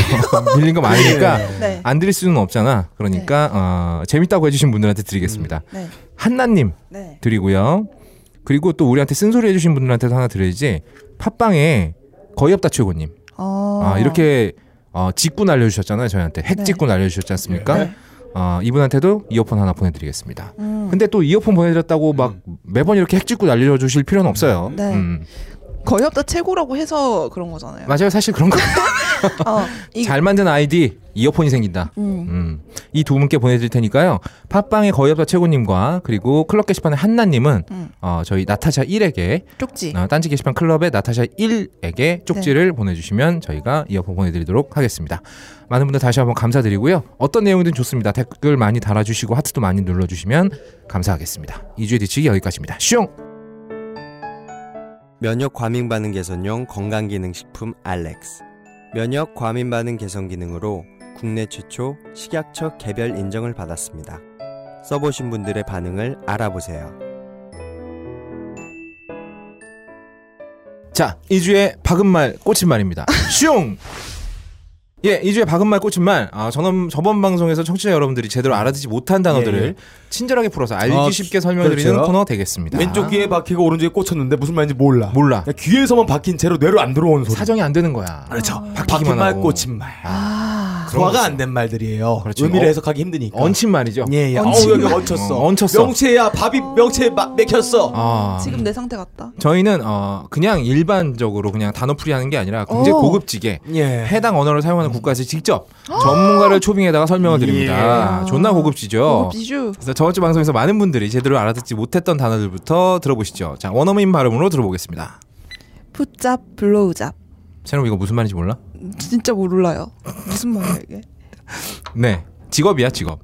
[SPEAKER 1] 빌린 거 많으니까
[SPEAKER 2] 예.
[SPEAKER 3] 네.
[SPEAKER 1] 안 드릴 수는 없잖아. 그러니까 어, 재밌다고 해주신 분들한테 드리겠습니다.
[SPEAKER 3] 네.
[SPEAKER 1] 한나님
[SPEAKER 3] 네.
[SPEAKER 1] 드리고요. 그리고 또 우리한테 쓴소리 해주신 분들한테도 하나 드려야지. 팟빵에 거의 없다 최고님.
[SPEAKER 3] 어.
[SPEAKER 1] 아, 이렇게 어, 직군 알려주셨잖아요 저희한테 핵
[SPEAKER 3] 네.
[SPEAKER 1] 직군 알려주셨지 않습니까?
[SPEAKER 3] 네.
[SPEAKER 1] 어, 이분한테도 이어폰 하나 보내드리겠습니다.
[SPEAKER 3] 음.
[SPEAKER 1] 근데 또 이어폰 보내드렸다고 막 매번 이렇게 핵 찍고 날려주실 필요는 없어요.
[SPEAKER 3] 네.
[SPEAKER 1] 음.
[SPEAKER 3] 거협다 최고라고 해서 그런 거잖아요.
[SPEAKER 1] 맞아요. 사실 그런 거.
[SPEAKER 3] 어, 이,
[SPEAKER 1] 잘 만든 아이디 이어폰이 생긴다.
[SPEAKER 3] 음.
[SPEAKER 1] 이 두 분께 보내드릴 테니까요. 팟빵의 거의없다 최고님과 그리고 클럽 게시판의 한나님은
[SPEAKER 3] 음.
[SPEAKER 1] 어, 저희 나타샤 1에게
[SPEAKER 3] 쪽지.
[SPEAKER 1] 어, 딴지 게시판 클럽의 나타샤 1에게 쪽지를 보내주시면 저희가 이어폰 보내드리도록 하겠습니다. 많은 분들 다시 한번 감사드리고요. 어떤 내용이든 좋습니다. 댓글 많이 달아주시고 하트도 많이 눌러주시면 감사하겠습니다. 2주의 뒤치기 여기까지입니다. 슝!
[SPEAKER 6] 면역 과민 반응 개선용 건강 기능 식품 알렉스. 면역 과민 반응 개선 기능으로 국내 최초 식약처 개별 인정을 받았습니다. 써보신 분들의 반응을 알아보세요.
[SPEAKER 1] 자, 2주의 박은말 꽂힌말입니다. 슝! 예, 2주의 박은말 꽂힌말. 아, 저는 저번 방송에서 청취자 여러분들이 제대로 알아듣지 못한 단어들을
[SPEAKER 2] 예, 예.
[SPEAKER 1] 친절하게 풀어서 알기
[SPEAKER 2] 아,
[SPEAKER 1] 쉽게 설명드리는
[SPEAKER 2] 그렇죠.
[SPEAKER 1] 코너 되겠습니다.
[SPEAKER 2] 왼쪽 귀에 아, 박히고 오른쪽에 꽂혔는데 무슨 말인지 몰라.
[SPEAKER 1] 몰라.
[SPEAKER 2] 그냥 귀에서만 박힌 채로 뇌로 안 들어온 소리.
[SPEAKER 1] 사정이 안 되는 거야.
[SPEAKER 2] 그렇죠. 박힌
[SPEAKER 1] 박히기만
[SPEAKER 2] 말,
[SPEAKER 1] 하고.
[SPEAKER 2] 꽂힌 말.
[SPEAKER 3] 아,
[SPEAKER 2] 소화가 안 된 말들이에요.
[SPEAKER 1] 그렇죠.
[SPEAKER 2] 의미를
[SPEAKER 1] 어,
[SPEAKER 2] 해석하기 힘드니까.
[SPEAKER 1] 얹힌 말이죠.
[SPEAKER 2] 예, 예.
[SPEAKER 3] 얹힌
[SPEAKER 2] 어우, 여기
[SPEAKER 3] 말.
[SPEAKER 2] 얹혔어.
[SPEAKER 1] 어, 얹혔어.
[SPEAKER 2] 명체야, 밥이 명체에 마, 맥혔어.
[SPEAKER 1] 아.
[SPEAKER 3] 지금 내 상태 같다.
[SPEAKER 1] 저희는 어 그냥 일반적으로 그냥 단어풀이 하는 게 아니라 굉장히
[SPEAKER 3] 오. 음. 아.
[SPEAKER 1] 고급지게
[SPEAKER 2] 예.
[SPEAKER 1] 해당 언어를 사용하는 국가에서 직접 전문가를 초빙에다가 설명을 드립니다.
[SPEAKER 3] 예.
[SPEAKER 1] 존나 고급지죠.
[SPEAKER 3] 어, 비주.
[SPEAKER 1] 그래서 저번 주 방송에서 많은 분들이 제대로 알아듣지 못했던 단어들부터 들어보시죠. 자, 원어민 발음으로 들어보겠습니다.
[SPEAKER 3] 풋잡 블로우잡.
[SPEAKER 1] 채널 이거 무슨 말인지 몰라?
[SPEAKER 3] 진짜 몰라요. 무슨 말이야 이게?
[SPEAKER 1] 네. 직업이야, 직업.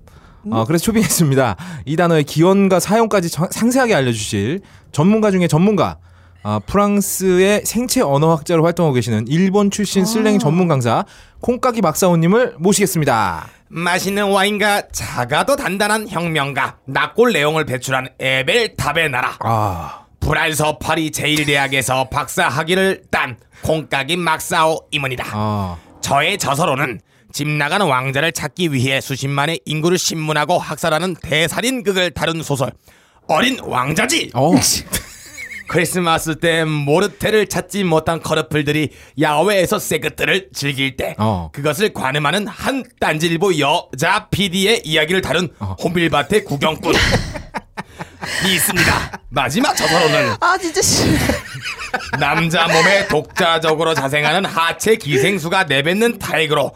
[SPEAKER 1] 어, 그래서 초빙했습니다. 이 단어의 기원과 사용까지 저- 상세하게 알려주실 전문가 중에 전문가, 아, 프랑스의 생체 언어학자로 활동하고 계시는 일본 출신 슬랭 전문 강사 콩깍이 박사원님을 모시겠습니다.
[SPEAKER 2] 맛있는 와인과 작아도 단단한 혁명가 낙골 내용을 배출한 에벨탑의 나라
[SPEAKER 1] 아,
[SPEAKER 2] 불안서 파리 제1대학에서 박사 학위를 딴 콩깍이 막사오 이문이다
[SPEAKER 1] 아,
[SPEAKER 2] 저의 저서로는 집 나간 왕자를 찾기 위해 수십만의 인구를 신문하고 학살하는 대살인극을 다룬 소설 어린 왕자지
[SPEAKER 1] 어,
[SPEAKER 2] 크리스마스 때 모르테를 찾지 못한 커러플들이 야외에서 세그트를 즐길 때
[SPEAKER 1] 어.
[SPEAKER 2] 그것을 관음하는 한 딴지일보 여자 PD의 이야기를 다룬
[SPEAKER 1] 어.
[SPEAKER 2] 혼빌밭의 구경꾼 이 있습니다. 마지막 저서로는
[SPEAKER 3] 아 진짜 씨.
[SPEAKER 2] 남자 몸에 독자적으로 자생하는 하체 기생수가 내뱉는 타액으로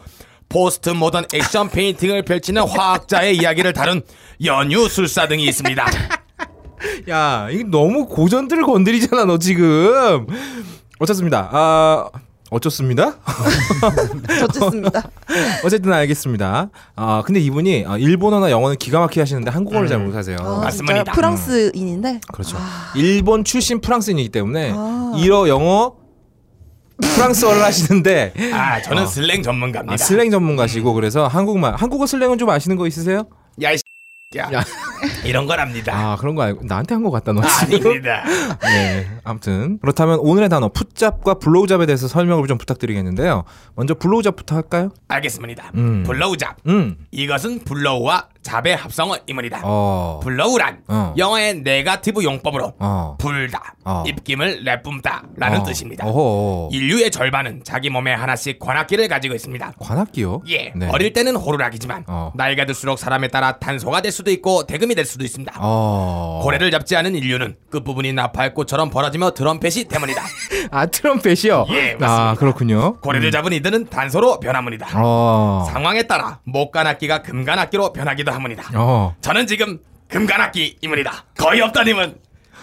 [SPEAKER 2] 포스트 모던 액션 페인팅을 펼치는 화학자의 이야기를 다룬 연유 술사 등이 있습니다.
[SPEAKER 1] 야, 이게 너무 고전들을 건드리잖아, 너 지금. 어쨌습니다. 아, 어쩌습니다?
[SPEAKER 3] 어쨌습니다.
[SPEAKER 1] 어쨌든 알겠습니다. 아, 근데 이분이 아, 일본어나 영어는 기가 막히게 하시는데 한국어를 잘 못하세요.
[SPEAKER 3] 아,
[SPEAKER 2] 맞습니다.
[SPEAKER 3] 진짜 프랑스인인데.
[SPEAKER 1] 그렇죠. 일본 출신 프랑스인이기 때문에
[SPEAKER 3] 아.
[SPEAKER 1] 일어 영어 프랑스어를 하시는데
[SPEAKER 2] 아 저는
[SPEAKER 1] 어.
[SPEAKER 2] 슬랭 전문가입니다.
[SPEAKER 1] 아, 슬랭 전문가시고 그래서 한국말 한국어 슬랭은 좀 아시는 거 있으세요?
[SPEAKER 2] 야, 이 야.
[SPEAKER 1] 야.
[SPEAKER 2] 이런 거랍니다.
[SPEAKER 1] 아 그런 거 알고 나한테 한 거 같다 너
[SPEAKER 2] 아, 닙
[SPEAKER 1] 지금.
[SPEAKER 2] 니다
[SPEAKER 1] 네. 아무튼 그렇다면 오늘의 단어 풋잡과 블로우잡에 대해서 설명을 좀 부탁드리겠는데요. 먼저 블로우잡부터 할까요?
[SPEAKER 2] 알겠습니다.
[SPEAKER 1] 음.
[SPEAKER 2] 블러우잡.
[SPEAKER 1] 음.
[SPEAKER 2] 이것은 블러우와 잡의 합성어 이문이다.
[SPEAKER 1] 어.
[SPEAKER 2] 블러우란
[SPEAKER 1] 어.
[SPEAKER 2] 영어의 네가티브 용법으로
[SPEAKER 1] 어.
[SPEAKER 2] 불다,
[SPEAKER 1] 어.
[SPEAKER 2] 입김을 내뿜다라는
[SPEAKER 1] 어.
[SPEAKER 2] 뜻입니다.
[SPEAKER 1] 어허.
[SPEAKER 2] 인류의 절반은 자기 몸에 하나씩 관악기를 가지고 있습니다.
[SPEAKER 1] 관악기요?
[SPEAKER 2] 예,
[SPEAKER 1] 네.
[SPEAKER 2] 어릴 때는 호루라기지만
[SPEAKER 1] 어.
[SPEAKER 2] 나이가 들수록 사람에 따라 탄소가 될 수도 있고 대금이 될 수도 있습니다.
[SPEAKER 1] 어.
[SPEAKER 2] 고래를 잡지 않은 인류는 끝부분이 나팔꽃처럼 벌어지며 드럼펫이 때문이다.
[SPEAKER 1] 아 트럼펫이요?
[SPEAKER 2] 예, 맞습니다.
[SPEAKER 1] 아 그렇군요.
[SPEAKER 2] 고래를 잡은 이들은 단소로 변합니다.
[SPEAKER 1] 어.
[SPEAKER 2] 상황에 따라 목간악기가 금간악기로 변하기도 합니다.
[SPEAKER 1] 어.
[SPEAKER 2] 저는 지금 금간악기 이문이다. 거의 없다님은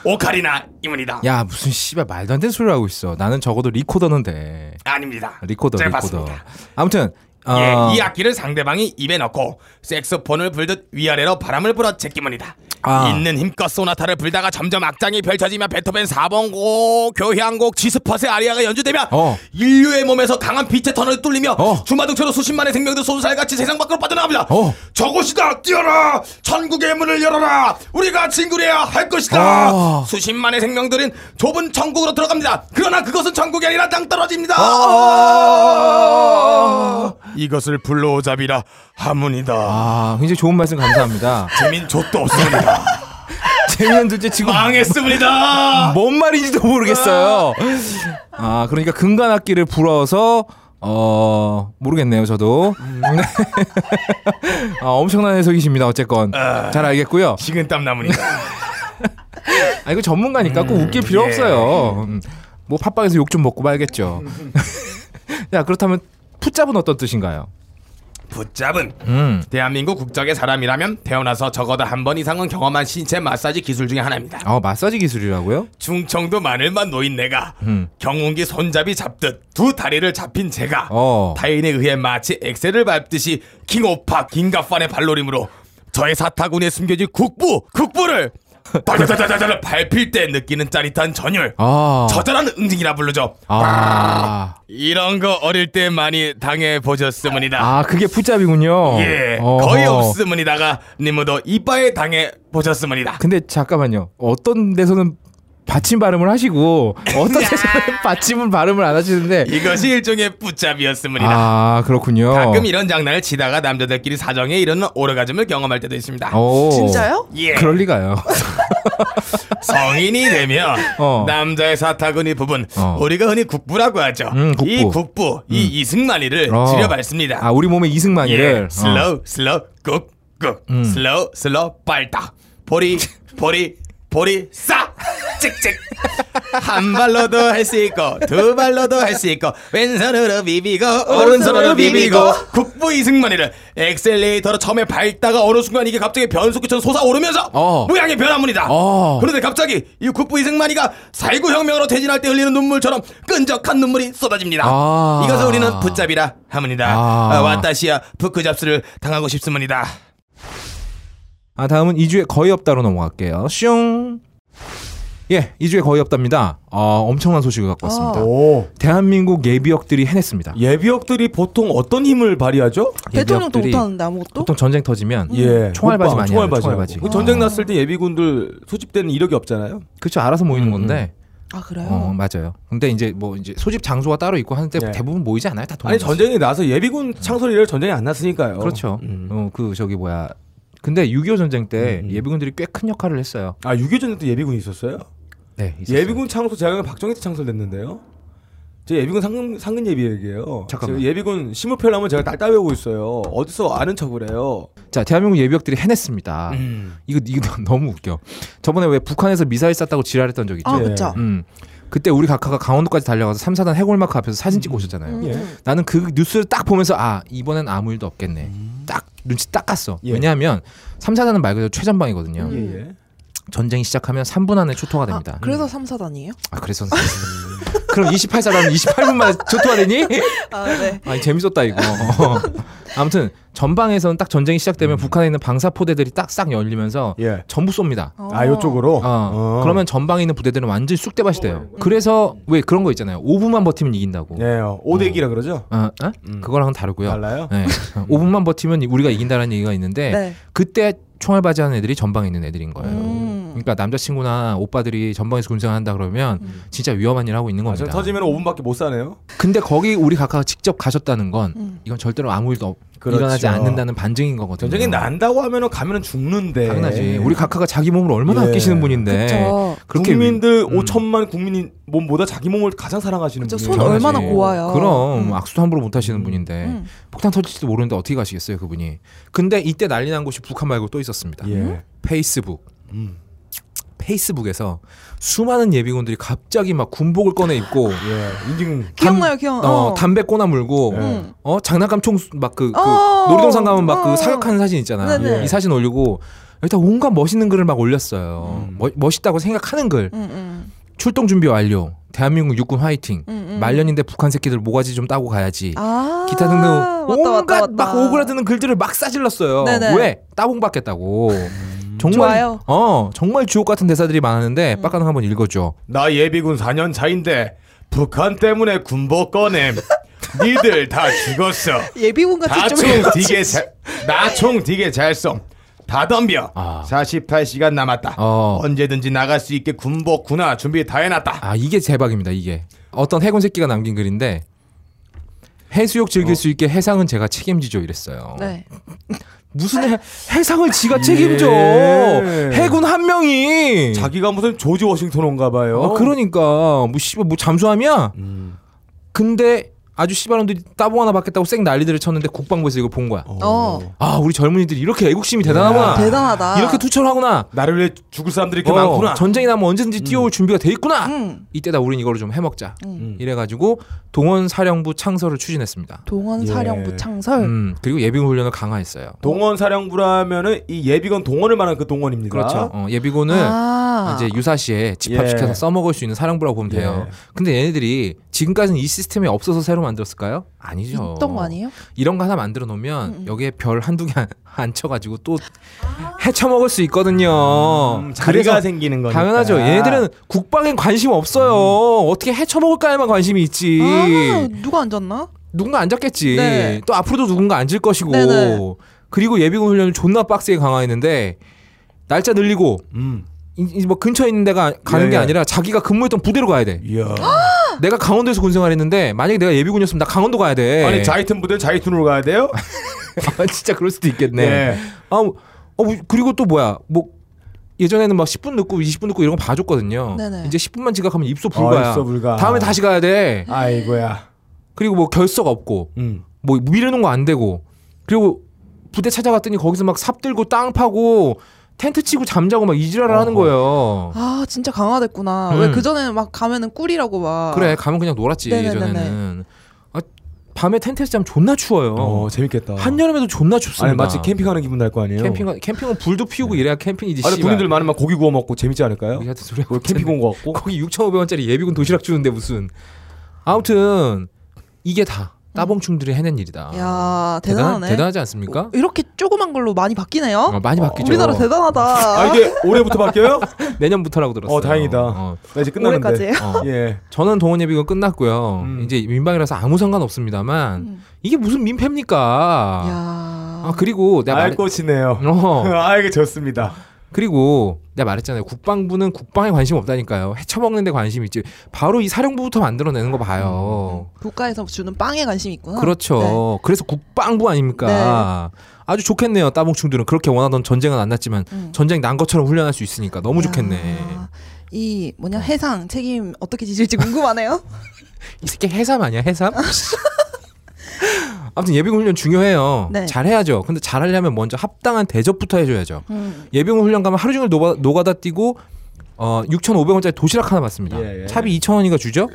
[SPEAKER 2] 오카리나 이문이다.
[SPEAKER 1] 야 무슨 씨발 말도 안 되는 소리를 하고 있어. 나는 적어도 리코더는데
[SPEAKER 2] 아닙니다.
[SPEAKER 1] 리코더
[SPEAKER 2] 제가
[SPEAKER 1] 리코더.
[SPEAKER 2] 봤습니다.
[SPEAKER 1] 아무튼 어,
[SPEAKER 2] 예, 이 악기를 상대방이 입에 넣고 색소폰을 불듯 위아래로 바람을 불어 제끼문이다.
[SPEAKER 1] 아.
[SPEAKER 2] 있는 힘껏 소나타를 불다가 점점 악장이 펼쳐지며 베토벤 4번곡, 교향곡, 지스팟의 아리아가 연주되며
[SPEAKER 1] 어.
[SPEAKER 2] 인류의 몸에서 강한 빛의 터널을 뚫리며
[SPEAKER 1] 어.
[SPEAKER 2] 주마등처럼 수십만의 생명들 손살같이 세상 밖으로 빠져나갑니다.
[SPEAKER 1] 어.
[SPEAKER 2] 저곳이다 뛰어라 천국의 문을 열어라 우리가 친구래야 할 것이다.
[SPEAKER 1] 어.
[SPEAKER 2] 수십만의 생명들은 좁은 천국으로 들어갑니다. 그러나 그것은 천국이 아니라 땅 떨어집니다. 이것을 불로잡이라 하문이다.
[SPEAKER 1] 아 굉장히 좋은 말씀 감사합니다.
[SPEAKER 2] 재민 족도 없습니다.
[SPEAKER 1] 재미난 둘째 지금
[SPEAKER 2] 망했습니다.
[SPEAKER 1] 아, 뭔 말인지도 모르겠어요. 아 그러니까 금관악기를 불어서 어 모르겠네요 저도
[SPEAKER 2] 음.
[SPEAKER 1] 아, 엄청난 해석이십니다 어쨌건
[SPEAKER 2] 아.
[SPEAKER 1] 잘 알겠고요
[SPEAKER 2] 식은땀 나무니까.
[SPEAKER 1] 아 이거 전문가니까 꼭 웃길 필요
[SPEAKER 2] 예.
[SPEAKER 1] 없어요 음, 뭐 팟빵에서 욕 좀 먹고 말겠죠
[SPEAKER 2] 음,
[SPEAKER 1] 야 그렇다면 풋잡은 어떤 뜻인가요
[SPEAKER 2] 붙잡은
[SPEAKER 1] 음
[SPEAKER 2] 대한민국 국적의 사람이라면 태어나서 적어도 한 번 이상은 경험한 신체 마사지 기술 중에 하나입니다.
[SPEAKER 1] 아 마사지 기술이라고요
[SPEAKER 2] 중청도 마늘만 놓인 내가
[SPEAKER 1] 음.
[SPEAKER 2] 경운기 손잡이 잡듯 두 다리를 잡힌 제가
[SPEAKER 1] 어.
[SPEAKER 2] 타인에 의해 마치 엑셀을 밟듯이 킹오파 긴가판의 발놀림으로 저의 사타구니에 숨겨진 국부 국부를 달달달달달 밟힐 때 느끼는 짜릿한 전율
[SPEAKER 1] 아
[SPEAKER 2] 저절한 응징이라 부르죠.
[SPEAKER 1] 아,
[SPEAKER 2] 이런 거 어릴 때 많이 당해 보셨습니다.
[SPEAKER 1] 아 그게 풋잡이군요
[SPEAKER 2] 예,
[SPEAKER 1] 어허.
[SPEAKER 2] 거의 없음은이다가 님도 이빠에 당해 보셨습니다.
[SPEAKER 1] 근데 잠깐만요. 어떤 데서는 받침 발음을 하시고 어떤 데서는 받침은 발음을 안 하시는데
[SPEAKER 2] 이것이 일종의 붙잡이었습니다.
[SPEAKER 1] 아 그렇군요.
[SPEAKER 2] 예. 가끔 이런 장난을 치다가 남자들끼리 사정에 이런 오르가즘을 경험할 때도 있습니다.
[SPEAKER 1] 오,
[SPEAKER 3] 진짜요?
[SPEAKER 2] 예,
[SPEAKER 1] 그럴 리가요.
[SPEAKER 2] 성인이 되면
[SPEAKER 1] 어.
[SPEAKER 2] 남자의 사타구니 부분
[SPEAKER 1] 어.
[SPEAKER 2] 우리가 흔히 국부라고 하죠.
[SPEAKER 1] 음, 국부. 음.
[SPEAKER 2] 이 국부, 이 이승만이를
[SPEAKER 1] 어.
[SPEAKER 2] 지려밟습니다.
[SPEAKER 1] 아 우리 몸의 이승만이를
[SPEAKER 2] 예, 슬로우, 슬로우, 꾹, 꾹, 슬로우, 슬로우, 빨딱, 보리, 보리, 보리, 싹, 찍찍. 한 발로도 할 수 있고, 두 발로도 할 수 있고, 왼손으로 비비고, 오른손으로 비비고, 국부 이승만이를 엑셀레이터로 처음에 밟다가 어느 순간 이게 갑자기 변속기처럼 솟아오르면서
[SPEAKER 1] 어.
[SPEAKER 2] 모양이 변합니다.
[SPEAKER 1] 어.
[SPEAKER 2] 그런데 갑자기 이 국부 이승만이가 4.19 혁명으로 퇴진할 때 흘리는 눈물처럼 끈적한 눈물이 쏟아집니다.
[SPEAKER 1] 아.
[SPEAKER 2] 이것을 우리는 붙잡이라 합니다.
[SPEAKER 1] 아.
[SPEAKER 2] 아, 왔다시야 부크잡스를 당하고 싶습니다.
[SPEAKER 1] 아 다음은 2주에 거의 없다로 넘어갈게요. 슝. 예, 2주에 거의 없답니다. 아 엄청난 소식을 갖고 왔습니다.
[SPEAKER 3] 어.
[SPEAKER 2] 오
[SPEAKER 1] 대한민국 예비역들이 해냈습니다.
[SPEAKER 2] 예비역들이 보통 어떤 힘을 발휘하죠?
[SPEAKER 3] 대통령도
[SPEAKER 1] 예비역들이
[SPEAKER 3] 못하는데 아무것도?
[SPEAKER 1] 보통 전쟁 터지면
[SPEAKER 2] 예,
[SPEAKER 1] 총알바지
[SPEAKER 2] 호빵,
[SPEAKER 1] 많이 하죠.
[SPEAKER 2] 총알바지요.
[SPEAKER 1] 총알바지.
[SPEAKER 2] 그 전쟁 났을 때 예비군들 소집되는 이력이 없잖아요.
[SPEAKER 1] 그렇죠. 알아서
[SPEAKER 2] 음,
[SPEAKER 1] 모이는 건데
[SPEAKER 3] 아 그래요?
[SPEAKER 1] 어 맞아요. 근데 이제 뭐 이제 소집 장소가 따로 있고 하는데
[SPEAKER 2] 네.
[SPEAKER 1] 대부분 모이지 않아요. 다 동네.
[SPEAKER 2] 아니 전쟁이 나서 예비군 창설 이래 전쟁이 안 났으니까요.
[SPEAKER 1] 그렇죠.
[SPEAKER 2] 음.
[SPEAKER 1] 어 그 저기 뭐야. 근데 6.25 전쟁 때 예비군들이 꽤 큰 역할을 했어요.
[SPEAKER 2] 아 6.25 전쟁 때 예비군이 있었어요?
[SPEAKER 1] 네. 있었어요.
[SPEAKER 2] 예비군 창설 제가 박정희 때 창설됐는데요. 제 예비군 상근, 상근 예비역이에요.
[SPEAKER 1] 잠깐만.
[SPEAKER 2] 제가 예비군 심우표를 하면 제가 딸딸 외우고 있어요. 어디서 아는 척을 해요.
[SPEAKER 1] 자 대한민국 예비역들이 해냈습니다.
[SPEAKER 2] 음.
[SPEAKER 1] 이거 이거 너무 웃겨. 저번에 왜 북한에서 미사일 쐈다고 지랄했던 적 있죠.
[SPEAKER 3] 아
[SPEAKER 2] 예.
[SPEAKER 3] 그쵸.
[SPEAKER 1] 음. 그때 우리 각하가 강원도까지 달려가서 3, 4단 해골마크 앞에서 사진 찍고
[SPEAKER 3] 음.
[SPEAKER 1] 오셨잖아요.
[SPEAKER 2] 예.
[SPEAKER 1] 나는 그 뉴스를 딱 보면서 아 이번엔 아무 일도 없겠네. 딱 눈치 딱 갔어.
[SPEAKER 2] 예.
[SPEAKER 1] 왜냐하면 3, 4단은 말 그대로 최전방이거든요.
[SPEAKER 2] 예, 예.
[SPEAKER 1] 전쟁이 시작하면 3분 안에 초토화
[SPEAKER 3] 아,
[SPEAKER 1] 됩니다. 음.
[SPEAKER 3] 그래서 3, 4단이에요?
[SPEAKER 1] 아 그래서 그럼 28사람 28분만 초토화되니?
[SPEAKER 3] 아 네.
[SPEAKER 1] 아 재밌었다 이거. 어. 아무튼 전방에서는 딱 전쟁이 시작되면 북한에 있는 방사포대들이 딱 싹 열리면서
[SPEAKER 2] 예.
[SPEAKER 1] 전부 쏩니다.
[SPEAKER 2] 아, 요쪽으로?
[SPEAKER 1] 어. 그러면 전방에 있는 부대들은 완전히 쑥대밭이 돼요. 그래서 왜 그런 거 있잖아요. 5분만 버티면 이긴다고.
[SPEAKER 2] 예, 오대기라 그러죠?
[SPEAKER 1] 어, 어? 그거랑은 다르고요.
[SPEAKER 2] 달라요?
[SPEAKER 1] 네. 5분만 버티면 우리가 이긴다라는 얘기가 있는데
[SPEAKER 3] 네.
[SPEAKER 1] 그때 총알바지 하는 애들이 전방에 있는 애들인 거예요.
[SPEAKER 3] 음.
[SPEAKER 1] 그러니까 남자친구나 오빠들이 전방에서 군생을 한다 그러면
[SPEAKER 3] 음.
[SPEAKER 1] 진짜 위험한 일을 하고 있는
[SPEAKER 2] 아,
[SPEAKER 1] 겁니다.
[SPEAKER 2] 전 터지면 5분밖에 못 사네요.
[SPEAKER 1] 근데 거기 우리 각하가 직접 가셨다는 건
[SPEAKER 3] 음.
[SPEAKER 1] 이건 절대로 아무 일도 없,
[SPEAKER 2] 그렇죠.
[SPEAKER 1] 일어나지 않는다는 반증인 거거든요.
[SPEAKER 2] 어. 전쟁이 난다고 하면은 가면은 죽는데.
[SPEAKER 1] 당연하지. 우리 각하가 자기 몸을 얼마나
[SPEAKER 2] 예.
[SPEAKER 1] 아끼시는 분인데
[SPEAKER 3] 그쵸.
[SPEAKER 1] 그렇게 위-
[SPEAKER 2] 국민들
[SPEAKER 1] 음.
[SPEAKER 2] 5천만 국민 몸보다 자기 몸을 가장 사랑하시는
[SPEAKER 3] 그쵸,
[SPEAKER 2] 분이에요.
[SPEAKER 3] 그렇죠. 손
[SPEAKER 1] 당연하지.
[SPEAKER 3] 얼마나 고와요.
[SPEAKER 1] 그럼
[SPEAKER 3] 음.
[SPEAKER 1] 악수도 함부로 못 하시는 분인데
[SPEAKER 3] 음.
[SPEAKER 1] 폭탄 터질지도 모르는데 어떻게 가시겠어요 그분이. 근데 이때 난리 난 곳이 북한 말고 또 있었습니다.
[SPEAKER 2] 예. 음.
[SPEAKER 1] 페이스북. 페이스북에서 수많은 예비군들이 갑자기 막 군복을 꺼내 입고
[SPEAKER 2] 예. 인증
[SPEAKER 3] 기억나요, 음. 기억.
[SPEAKER 1] 어, 담배 꼬나 물고
[SPEAKER 2] 예.
[SPEAKER 1] 어 장난감 총막그 그
[SPEAKER 3] 어.
[SPEAKER 1] 놀이동산 가면 막 그
[SPEAKER 3] 어.
[SPEAKER 1] 사격하는 사진 있잖아.
[SPEAKER 3] 네네.
[SPEAKER 1] 이 사진 올리고 일단 온갖 멋있는 글을 막 올렸어요. 멋- 멋있다고 생각하는 글.
[SPEAKER 3] 음, 음.
[SPEAKER 1] 출동 준비 완료. 대한민국 육군 화이팅. 말년인데 북한 새끼들 모가지 좀 따고 가야지.
[SPEAKER 3] 아.
[SPEAKER 1] 기타 등등 온갖
[SPEAKER 3] 맞다, 맞다.
[SPEAKER 1] 막 오그라드는 글들을 막 싸질렀어요.
[SPEAKER 3] 네네.
[SPEAKER 1] 왜 따봉 받겠다고. 정말
[SPEAKER 3] 좋아요. 음.
[SPEAKER 1] 어 정말 주옥 같은 대사들이 많았는데 빡가능 한번 읽어줘.
[SPEAKER 2] 나 예비군 4년 차인데 북한 때문에 군복 꺼냄. 니들 다 죽었어.
[SPEAKER 3] 예비군 같은 좀
[SPEAKER 2] 나총 되게 나총 되게 잘 쏨. 다 덤벼. 48시간 남았다.
[SPEAKER 1] 아. 어.
[SPEAKER 2] 언제든지 나갈 수 있게 군복 군화 준비 다 해놨다.
[SPEAKER 1] 아 이게 대박입니다 이게 어떤 해군 새끼가 남긴 글인데 해수욕 즐길
[SPEAKER 2] 어.
[SPEAKER 1] 수 있게 해상은 제가 책임지죠 이랬어요
[SPEAKER 3] 네.
[SPEAKER 1] 무슨 해, 해상을 지가 책임져
[SPEAKER 2] 예.
[SPEAKER 1] 해군 한 명이
[SPEAKER 2] 자기가 무슨 조지 워싱턴인가 봐요. 음.
[SPEAKER 1] 아, 그러니까 뭐 씨발 뭐 잠수함이야 근데 아주 씨발놈들이 따봉 하나 받겠다고 쌩 난리들을 쳤는데 국방부에서 이거 본 거야.
[SPEAKER 3] 어.
[SPEAKER 1] 아 우리 젊은이들이 이렇게 애국심이 대단하구나.
[SPEAKER 3] 대단하다.
[SPEAKER 1] 이렇게 투철하구나.
[SPEAKER 2] 나를 위해 죽을 사람들이 이렇게
[SPEAKER 1] 어,
[SPEAKER 2] 많구나.
[SPEAKER 1] 전쟁이 나면 언제든지 뛰어올 준비가 돼 있구나.
[SPEAKER 3] 응.
[SPEAKER 1] 이때다 우린 이거를 좀 해먹자.
[SPEAKER 2] 음.
[SPEAKER 1] 이래가지고 동원사령부 창설을 추진했습니다.
[SPEAKER 3] 동원
[SPEAKER 2] 예.
[SPEAKER 3] 사령부 창설.
[SPEAKER 1] 음, 그리고 예비군 훈련을 강화했어요.
[SPEAKER 2] 동원 사령부라면은 이 예비군 동원을 말하는 그 동원입니다.
[SPEAKER 1] 그렇죠. 어, 예비군을
[SPEAKER 3] 아.
[SPEAKER 1] 이제 유사시에 집합시켜서
[SPEAKER 2] 예.
[SPEAKER 1] 써먹을 수 있는 사령부라고 보면 돼요.
[SPEAKER 2] 예.
[SPEAKER 1] 근데 얘네들이 지금까지는 이 시스템이 없어서 새로 만들었을까요? 아니죠.
[SPEAKER 3] 있던 거 아니에요?
[SPEAKER 1] 이런 거 하나 만들어
[SPEAKER 2] 음,
[SPEAKER 1] 놓으면 여기에 별 한두 개 안 쳐가지고 또 헤쳐먹을 수 있거든요.
[SPEAKER 2] 아. 음,
[SPEAKER 1] 그래서
[SPEAKER 2] 자리가 생기는 거니까.
[SPEAKER 1] 당연하죠. 얘네들은 국방엔 관심 없어요. 어떻게 헤쳐먹을까에만 관심이 있지.
[SPEAKER 3] 아, 누가 앉았나?
[SPEAKER 1] 누군가 앉았겠지.
[SPEAKER 3] 네.
[SPEAKER 1] 또 앞으로도 누군가 앉을 것이고.
[SPEAKER 3] 네네.
[SPEAKER 1] 그리고 예비군 훈련을 존나 빡세게 강화했는데 날짜 늘리고
[SPEAKER 2] 음.
[SPEAKER 1] 이- 이뭐 근처에 있는 데가 가는
[SPEAKER 2] 예,
[SPEAKER 1] 게
[SPEAKER 2] 예.
[SPEAKER 1] 아니라 자기가 근무했던 부대로 가야 돼.
[SPEAKER 2] 이야.
[SPEAKER 3] 아.
[SPEAKER 1] 내가 강원도에서 군생활 했는데 만약에 내가 예비군이었으면 나 강원도 가야 돼.
[SPEAKER 2] 아니 자이튼 부대 자이튼으로 가야 돼요?
[SPEAKER 1] 아, 진짜 그럴 수도 있겠네.
[SPEAKER 2] 예.
[SPEAKER 1] 아, 뭐, 어, 뭐, 그리고 또 뭐야? 뭐 예전에는 막 10분 늦고 20분 늦고 이런 거 봐줬거든요.
[SPEAKER 3] 네네.
[SPEAKER 1] 이제 10분만 지각하면 입소 불가야.
[SPEAKER 2] 어, 입소 불가.
[SPEAKER 1] 다음에 다시 가야 돼.
[SPEAKER 2] 아이고야.
[SPEAKER 1] 그리고 뭐 결석 없고
[SPEAKER 2] 음.
[SPEAKER 1] 뭐 미루는 거 안 되고 그리고 부대 찾아갔더니 거기서 막 삽 들고 땅 파고 텐트 치고 잠자고 막 이지랄을 하는 거예요.
[SPEAKER 3] 아, 진짜 강화됐구나.
[SPEAKER 1] 음.
[SPEAKER 3] 왜 그전에는 막 가면은 꿀이라고 막.
[SPEAKER 1] 그래 가면 그냥 놀았지
[SPEAKER 3] 아. 네네네네.
[SPEAKER 1] 예전에는. 아, 밤에 텐트에서 자면 존나 추워요.
[SPEAKER 2] 어, 재밌겠다.
[SPEAKER 1] 한여름에도 존나 춥습니다.
[SPEAKER 2] 아니 마치 캠핑하는 기분 날 거 아니에요?
[SPEAKER 1] 캠핑 캠핑은 불도 피우고 이래야 캠핑이지.
[SPEAKER 2] 아니
[SPEAKER 1] 씨발.
[SPEAKER 2] 군인들 많으면 고기 구워 먹고 재밌지 않을까요?
[SPEAKER 1] 우리 같은 소리 하고
[SPEAKER 2] 뭐 캠핑
[SPEAKER 1] 있잖아.
[SPEAKER 2] 온거 같고.
[SPEAKER 1] 거기 6,500원짜리 예비군 도시락 주는데 무슨. 아무튼 이게 다 따봉충들이 해낸 일이다.
[SPEAKER 3] 야, 대단하네.
[SPEAKER 1] 아, 대단하, 지 않습니까?
[SPEAKER 3] 이렇게 조그만 걸로 많이 바뀌네요.
[SPEAKER 1] 어, 많이 바뀌죠.
[SPEAKER 3] 우리나라 대단하다.
[SPEAKER 2] 아 이게 올해부터 바뀌어요?
[SPEAKER 1] 내년부터라고 들었어요.
[SPEAKER 2] 어, 다행이다.
[SPEAKER 1] 어,
[SPEAKER 2] 나 이제 끝났는데.
[SPEAKER 3] 올해까지예요.
[SPEAKER 1] 어.
[SPEAKER 2] 예.
[SPEAKER 1] 저는 동원 예비군 끝났고요.
[SPEAKER 2] 음.
[SPEAKER 1] 이제 민방이라서 아무 상관 없습니다만
[SPEAKER 3] 음.
[SPEAKER 1] 이게 무슨 민폐입니까?
[SPEAKER 3] 야.
[SPEAKER 1] 아 그리고 내가
[SPEAKER 2] 알
[SPEAKER 1] 말했...
[SPEAKER 2] 것이네요.
[SPEAKER 1] 어,
[SPEAKER 2] 아 이게 좋습니다.
[SPEAKER 1] 그리고 내가 말했잖아요. 국방부는 국방에 관심 없다니까요. 헤쳐먹는 데 관심 있지. 바로 이 사령부부터 만들어내는 거 봐요.
[SPEAKER 3] 국가에서 주는 빵에 관심이 있구나.
[SPEAKER 1] 그렇죠.
[SPEAKER 3] 네.
[SPEAKER 1] 그래서 국방부 아닙니까? 아주 좋겠네요. 따봉충들은 그렇게 원하던 전쟁은 안 났지만
[SPEAKER 3] 음.
[SPEAKER 1] 전쟁 난 것처럼 훈련할 수 있으니까 너무 좋겠네.
[SPEAKER 3] 야, 이 뭐냐 해상 책임 어떻게 지질지 궁금하네요.
[SPEAKER 1] 이 새끼 해삼 아니야 해삼? 아무튼 예비군 훈련 중요해요.
[SPEAKER 3] 네.
[SPEAKER 1] 잘해야죠. 근데 잘하려면 먼저 합당한 대접부터 해줘야죠.
[SPEAKER 3] 음.
[SPEAKER 1] 예비군 훈련 가면 하루 종일 노가, 노가다 뛰고 어 6,500원짜리 도시락 하나 받습니다.
[SPEAKER 2] 예, 음. 예.
[SPEAKER 1] 차비 2,000원인가 주죠?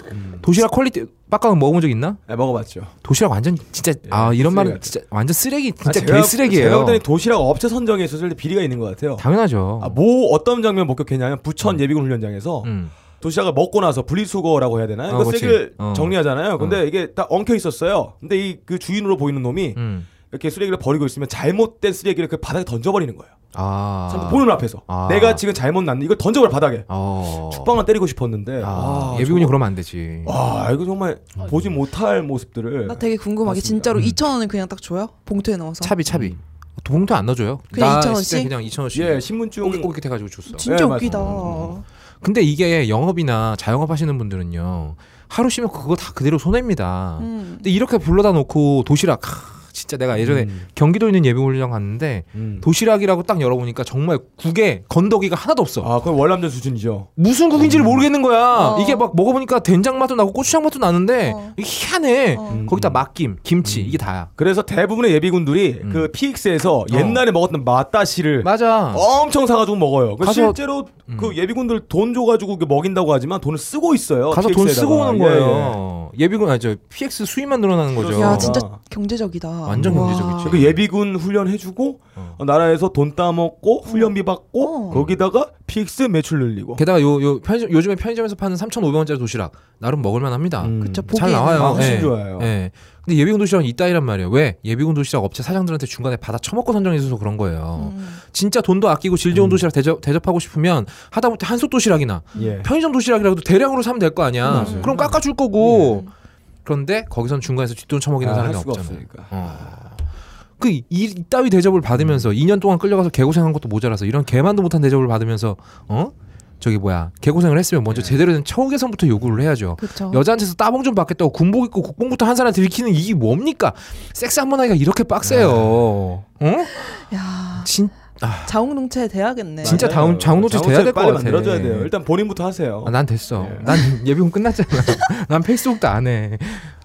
[SPEAKER 1] 도시락 퀄리티 빡가는 먹어본 적 있나?
[SPEAKER 2] 네, 먹어봤죠.
[SPEAKER 1] 도시락 완전 진짜 아 이런 말은
[SPEAKER 2] 예, 쓰레기
[SPEAKER 1] 진짜 완전 쓰레기 진짜
[SPEAKER 2] 아, 제가-
[SPEAKER 1] 개쓰레기예요.
[SPEAKER 2] 제가 볼 때는 도시락 업체 선정에 있었을 때 비리가 있는 것 같아요.
[SPEAKER 1] 당연하죠.
[SPEAKER 2] 아, 뭐 어떤 장면 목격했냐면 부천 예비군 훈련장에서
[SPEAKER 1] 어. 음.
[SPEAKER 2] 도시락을 먹고 나서 분리수거라고 해야 되나?
[SPEAKER 1] 어,
[SPEAKER 2] 이거
[SPEAKER 1] 그치.
[SPEAKER 2] 쓰레기를
[SPEAKER 1] 어.
[SPEAKER 2] 정리하잖아요. 근데 이게 다 엉켜 있었어요. 근데 이 그 주인으로 보이는 놈이
[SPEAKER 1] 음.
[SPEAKER 2] 이렇게 쓰레기를 버리고 있으면 잘못된 쓰레기를 그 바닥에 던져버리는 거예요.
[SPEAKER 1] 아.
[SPEAKER 2] 참 보는 앞에서
[SPEAKER 1] 아.
[SPEAKER 2] 내가 지금 잘못 났는데 이걸 던져버려 바닥에
[SPEAKER 1] 어.
[SPEAKER 2] 축방을 때리고 싶었는데
[SPEAKER 1] 아,
[SPEAKER 2] 아,
[SPEAKER 1] 예비군이 그러면 안 되지.
[SPEAKER 2] 와 이거 정말 보지
[SPEAKER 1] 네.
[SPEAKER 2] 못할 모습들을
[SPEAKER 3] 나 되게 궁금하게 진짜로 2천 원을 그냥 딱 줘요? 봉투에 넣어서.
[SPEAKER 1] 음. 차비 차비. 봉투 안 넣어줘요.
[SPEAKER 3] 그냥
[SPEAKER 1] 나
[SPEAKER 3] 2,000
[SPEAKER 1] 있을 땐
[SPEAKER 3] 원씩?
[SPEAKER 1] 그냥 2천 원씩.
[SPEAKER 2] 음. 예 신분증
[SPEAKER 1] 오기 오기 돼가지고 줬어.
[SPEAKER 3] 진짜
[SPEAKER 2] 예,
[SPEAKER 3] 웃기다.
[SPEAKER 1] 근데 이게 영업이나 자영업 하시는 분들은요 하루 쉬면 그거 다 그대로 손해입니다.
[SPEAKER 3] 음.
[SPEAKER 1] 근데 이렇게 불러다 놓고 도시락 하, 진짜 내가 예전에 경기도 있는 예비훈련 갔는데
[SPEAKER 2] 음.
[SPEAKER 1] 도시락이라고 딱 열어보니까 정말 국에 건더기가 하나도 없어.
[SPEAKER 2] 아 음. 그건 월남전 수준이죠.
[SPEAKER 1] 무슨 국인지를 모르겠는 거야.
[SPEAKER 3] 어.
[SPEAKER 1] 이게 막 먹어보니까 된장 맛도 나고 고추장 맛도 나는데
[SPEAKER 3] 어.
[SPEAKER 1] 이게 희한해.
[SPEAKER 3] 어.
[SPEAKER 2] 음.
[SPEAKER 1] 거기다 막김, 김치 이게 다야.
[SPEAKER 2] 그래서 대부분의 예비군들이
[SPEAKER 1] 음.
[SPEAKER 2] 그 PX에서 옛날에 먹었던 마따시를
[SPEAKER 1] 맞아.
[SPEAKER 2] 엄청 사가지고 먹어요. 그
[SPEAKER 1] 가서- 음.
[SPEAKER 2] 실제로 네. 어, 그 예비군들 돈 줘가지고 이게 먹인다고 하지만 돈을 쓰고 있어요.
[SPEAKER 1] 가서 돈
[SPEAKER 2] PX 에다가.
[SPEAKER 1] 쓰고 오는
[SPEAKER 2] 예, 예.
[SPEAKER 1] 거예요. 예, 비군 아저 PX 수입만 늘어나는 거죠.
[SPEAKER 3] 야
[SPEAKER 2] 그렇죠.
[SPEAKER 3] 진짜
[SPEAKER 2] 와.
[SPEAKER 3] 경제적이다.
[SPEAKER 1] 완전 경제적이지.
[SPEAKER 2] 그 예비군 훈련 해주고
[SPEAKER 1] 어.
[SPEAKER 2] 어, 나라에서 돈 따먹고 훈련비 받고
[SPEAKER 3] 어.
[SPEAKER 2] 거기다가 PX 매출 늘리고.
[SPEAKER 1] 게다가 요, 요 편의점, 요즘에 편의점에서 파는 3,500원짜리 도시락 나름 먹을만 합니다.
[SPEAKER 2] 음.
[SPEAKER 3] 그쵸
[SPEAKER 1] 잘
[SPEAKER 3] 보기에는.
[SPEAKER 1] 나와요.
[SPEAKER 2] 아, 훨씬
[SPEAKER 1] 예.
[SPEAKER 2] 좋아요.
[SPEAKER 1] 예. 근데 예비군 도시락은 이따이란 말이에요. 왜? 예비군 도시락 업체 사장들한테 중간에 받아 처먹고 선정해줘서 그런 거예요.
[SPEAKER 3] 음.
[SPEAKER 1] 진짜 돈도 아끼고 질 좋은 도시락 대접, 대접하고 싶으면 하다못해 한솥 도시락이나
[SPEAKER 2] 예.
[SPEAKER 1] 편의점 도시락이라도 대량으로 사면 될 거 아니야.
[SPEAKER 2] 맞아요.
[SPEAKER 1] 그럼 깎아줄 거고.
[SPEAKER 3] 음.
[SPEAKER 1] 그런데 거기선 중간에서 뒷돈 처먹이는
[SPEAKER 2] 아,
[SPEAKER 1] 사람이
[SPEAKER 2] 할 수가
[SPEAKER 1] 없잖아요.
[SPEAKER 2] 없으니까.
[SPEAKER 1] 어. 그 이, 이따위 대접을 받으면서 2년 동안 끌려가서 개고생한 것도 모자라서 이런 개만도 못한 대접을 받으면서 어 저기 뭐야 개고생을 했으면 먼저 제대로 된 처우 개선부터 요구를 해야죠.
[SPEAKER 3] 그렇죠.
[SPEAKER 1] 여자한테서 따봉 좀 받겠다고 군복 입고 국뽕부터 한 사람 들키는 이게 뭡니까? 섹스 한 번 하기가 이렇게 빡세요. 응?
[SPEAKER 3] 야
[SPEAKER 1] 어? 진짜
[SPEAKER 3] 자웅농체 돼야겠네.
[SPEAKER 1] 진짜
[SPEAKER 2] 맞아요.
[SPEAKER 1] 다음 장우노체
[SPEAKER 2] 장우노체
[SPEAKER 1] 돼야 될것
[SPEAKER 2] 빨리
[SPEAKER 1] 같아.
[SPEAKER 2] 만들어줘야 돼요. 일단 본인부터 하세요.
[SPEAKER 1] 아, 난 됐어.
[SPEAKER 2] 예.
[SPEAKER 1] 난 예비군 끝났잖아. 난 페이스북도 안 해.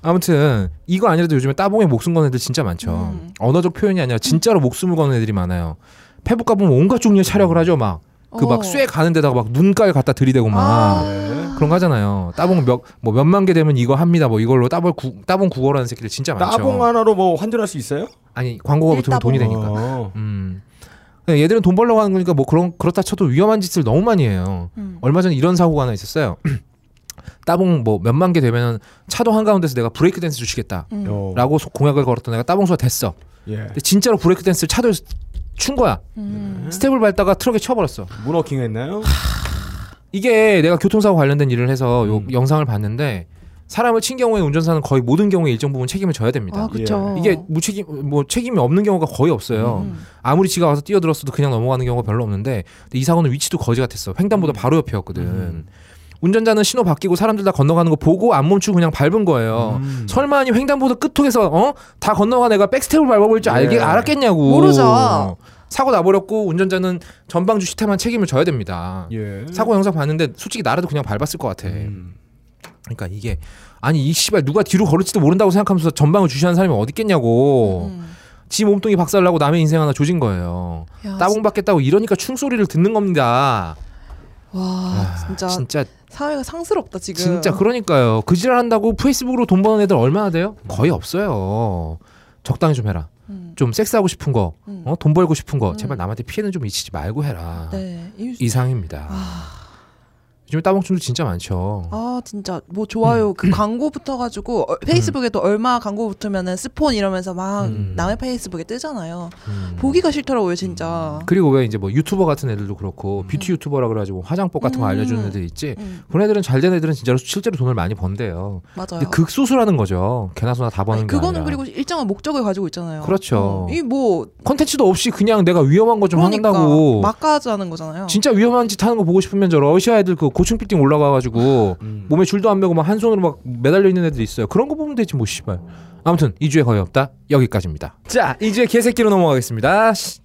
[SPEAKER 1] 아무튼 이거 아니라도 요즘에 따봉에 목숨 거는 애들 진짜 많죠.
[SPEAKER 3] 음.
[SPEAKER 1] 언어적 표현이 아니라 진짜로 목숨을 거는 애들이 많아요. 페북 가보면 온갖 종류의 차력을 하죠. 막 그 막
[SPEAKER 3] 어.
[SPEAKER 1] 쇠 가는 데다가 막 눈깔 갖다 들이대고 막
[SPEAKER 3] 아.
[SPEAKER 1] 그런 거 하잖아요. 따봉 몇 뭐 몇만 개 되면 이거 합니다. 뭐 이걸로 따봉 구, 따봉 구걸하는 새끼들 진짜 많죠.
[SPEAKER 2] 따봉 하나로 뭐 환전할 수 있어요?
[SPEAKER 1] 아니 광고가 붙으면 돈이
[SPEAKER 3] 일따봉.
[SPEAKER 1] 되니까.
[SPEAKER 2] 어.
[SPEAKER 1] 음. 근데 얘들은 돈 벌려고 하는 거니까 뭐 그런 그렇다 쳐도 위험한 짓을 너무 많이 해요.
[SPEAKER 3] 음.
[SPEAKER 1] 얼마 전에 이런 사고가 하나 있었어요. 따봉 뭐 몇만 개 되면 차도 한가운데서 내가 브레이크 댄스 주시겠다.
[SPEAKER 3] 음.
[SPEAKER 2] 어.
[SPEAKER 1] 라고 소- 공약을 걸었던 애가 따봉수가 됐어.
[SPEAKER 2] 예.
[SPEAKER 1] 근데 진짜로 브레이크 댄스를 차도에서 춘 거야.
[SPEAKER 3] 음.
[SPEAKER 1] 스텝을 밟다가 트럭에 쳐버렸어.
[SPEAKER 2] 문워킹 했나요?
[SPEAKER 1] 이게 내가 교통사고 관련된 일을 해서 요
[SPEAKER 2] 음.
[SPEAKER 1] 영상을 봤는데 사람을 친 경우에 운전사는 거의 모든 경우에 일정 부분 책임을 져야 됩니다. 예.
[SPEAKER 3] 아, 그쵸.
[SPEAKER 1] 이게 무책임 뭐 책임이 없는 경우가 거의 없어요.
[SPEAKER 3] 음.
[SPEAKER 1] 아무리 지가 와서 뛰어들었어도 그냥 넘어가는 경우가 별로 없는데 근데 이 사고는 위치도 거지 같았어. 횡단보다 바로 옆이었거든.
[SPEAKER 2] 음.
[SPEAKER 1] 운전자는 신호 바뀌고 사람들 다 건너가는 거 보고 안 멈추고 그냥 밟은 거예요.
[SPEAKER 2] 음.
[SPEAKER 1] 설마 아니 횡단보도 끝쪽에서 어? 다 건너간 애가 백스텝을 밟아볼 줄 알게
[SPEAKER 2] 예.
[SPEAKER 1] 알았겠냐고.
[SPEAKER 3] 모르죠.
[SPEAKER 1] 사고 나버렸고 운전자는 전방주 시태만 책임을 져야 됩니다.
[SPEAKER 2] 예.
[SPEAKER 1] 사고 영상 봤는데 솔직히 나라도 그냥 밟았을 것 같아.
[SPEAKER 2] 음.
[SPEAKER 1] 그러니까 이게 아니 이 씨발 누가 뒤로 걸을지도 모른다고 생각하면서 전방을 주시하는 사람이 어디 있겠냐고.
[SPEAKER 3] 음.
[SPEAKER 1] 지 몸뚱이 박살나고 남의 인생 하나 조진 거예요.
[SPEAKER 3] 야,
[SPEAKER 1] 따봉 받겠다고 이러니까 충소리를 듣는 겁니다.
[SPEAKER 3] 와 진짜
[SPEAKER 1] 아, 진짜
[SPEAKER 3] 사회가 상스럽다 지금.
[SPEAKER 1] 진짜 그러니까요. 그지랄 한다고 페이스북으로 돈 버는 애들 얼마나 돼요? 거의 없어요. 적당히 좀 해라.
[SPEAKER 3] 음.
[SPEAKER 1] 좀 섹스하고 싶은 거,
[SPEAKER 3] 음.
[SPEAKER 1] 어? 돈 벌고 싶은 거,
[SPEAKER 3] 음.
[SPEAKER 1] 제발 남한테 피해는 좀 미치지 말고 해라.
[SPEAKER 3] 네. 이-
[SPEAKER 1] 이상입니다. 요즘 에 따봉춤도 진짜 많죠.
[SPEAKER 3] 아 진짜 뭐 좋아요
[SPEAKER 1] 음.
[SPEAKER 3] 그 광고 붙어가지고 어, 페이스북에도 얼마 광고 붙으면은 스폰 이러면서 막
[SPEAKER 1] 음.
[SPEAKER 3] 남의 페이스북에 뜨잖아요.
[SPEAKER 1] 음.
[SPEAKER 3] 보기가 싫더라고요 진짜.
[SPEAKER 1] 그리고 왜 이제 뭐 유튜버 같은 애들도 그렇고 뷰티 유튜버라 그래가지고 화장법 같은 거
[SPEAKER 3] 음.
[SPEAKER 1] 알려주는 애들 있지.
[SPEAKER 3] 음,
[SPEAKER 1] 그런 애들은 잘 된 애들은 진짜로 실제로 돈을 많이 번대요.
[SPEAKER 3] 맞아요.
[SPEAKER 1] 근데 극소수라는 거죠. 개나소나 다 버는
[SPEAKER 3] 아니,
[SPEAKER 1] 게
[SPEAKER 3] 그거는
[SPEAKER 1] 아니라.
[SPEAKER 3] 그리고 일정한 목적을 가지고 있잖아요. 음,
[SPEAKER 1] 그렇죠.
[SPEAKER 3] 이뭐
[SPEAKER 1] 콘텐츠도 없이 그냥 내가 위험한 거 좀
[SPEAKER 3] 그러니까
[SPEAKER 1] 한다고.
[SPEAKER 3] 막가지 하는 거잖아요.
[SPEAKER 1] 진짜 위험한 짓 하는 거 보고 싶으면 저 러시아 애들 그 고층 빌딩 올라가가지고
[SPEAKER 2] 음.
[SPEAKER 1] 몸에 줄도 안 매고 막 한 손으로 막 매달려 있는 애들 있어요. 그런 거 보면 되지 뭐 씨발. 아무튼 2주에 거의 없다. 여기까지입니다. 자, 2주에 개새끼로 넘어가겠습니다. 씨.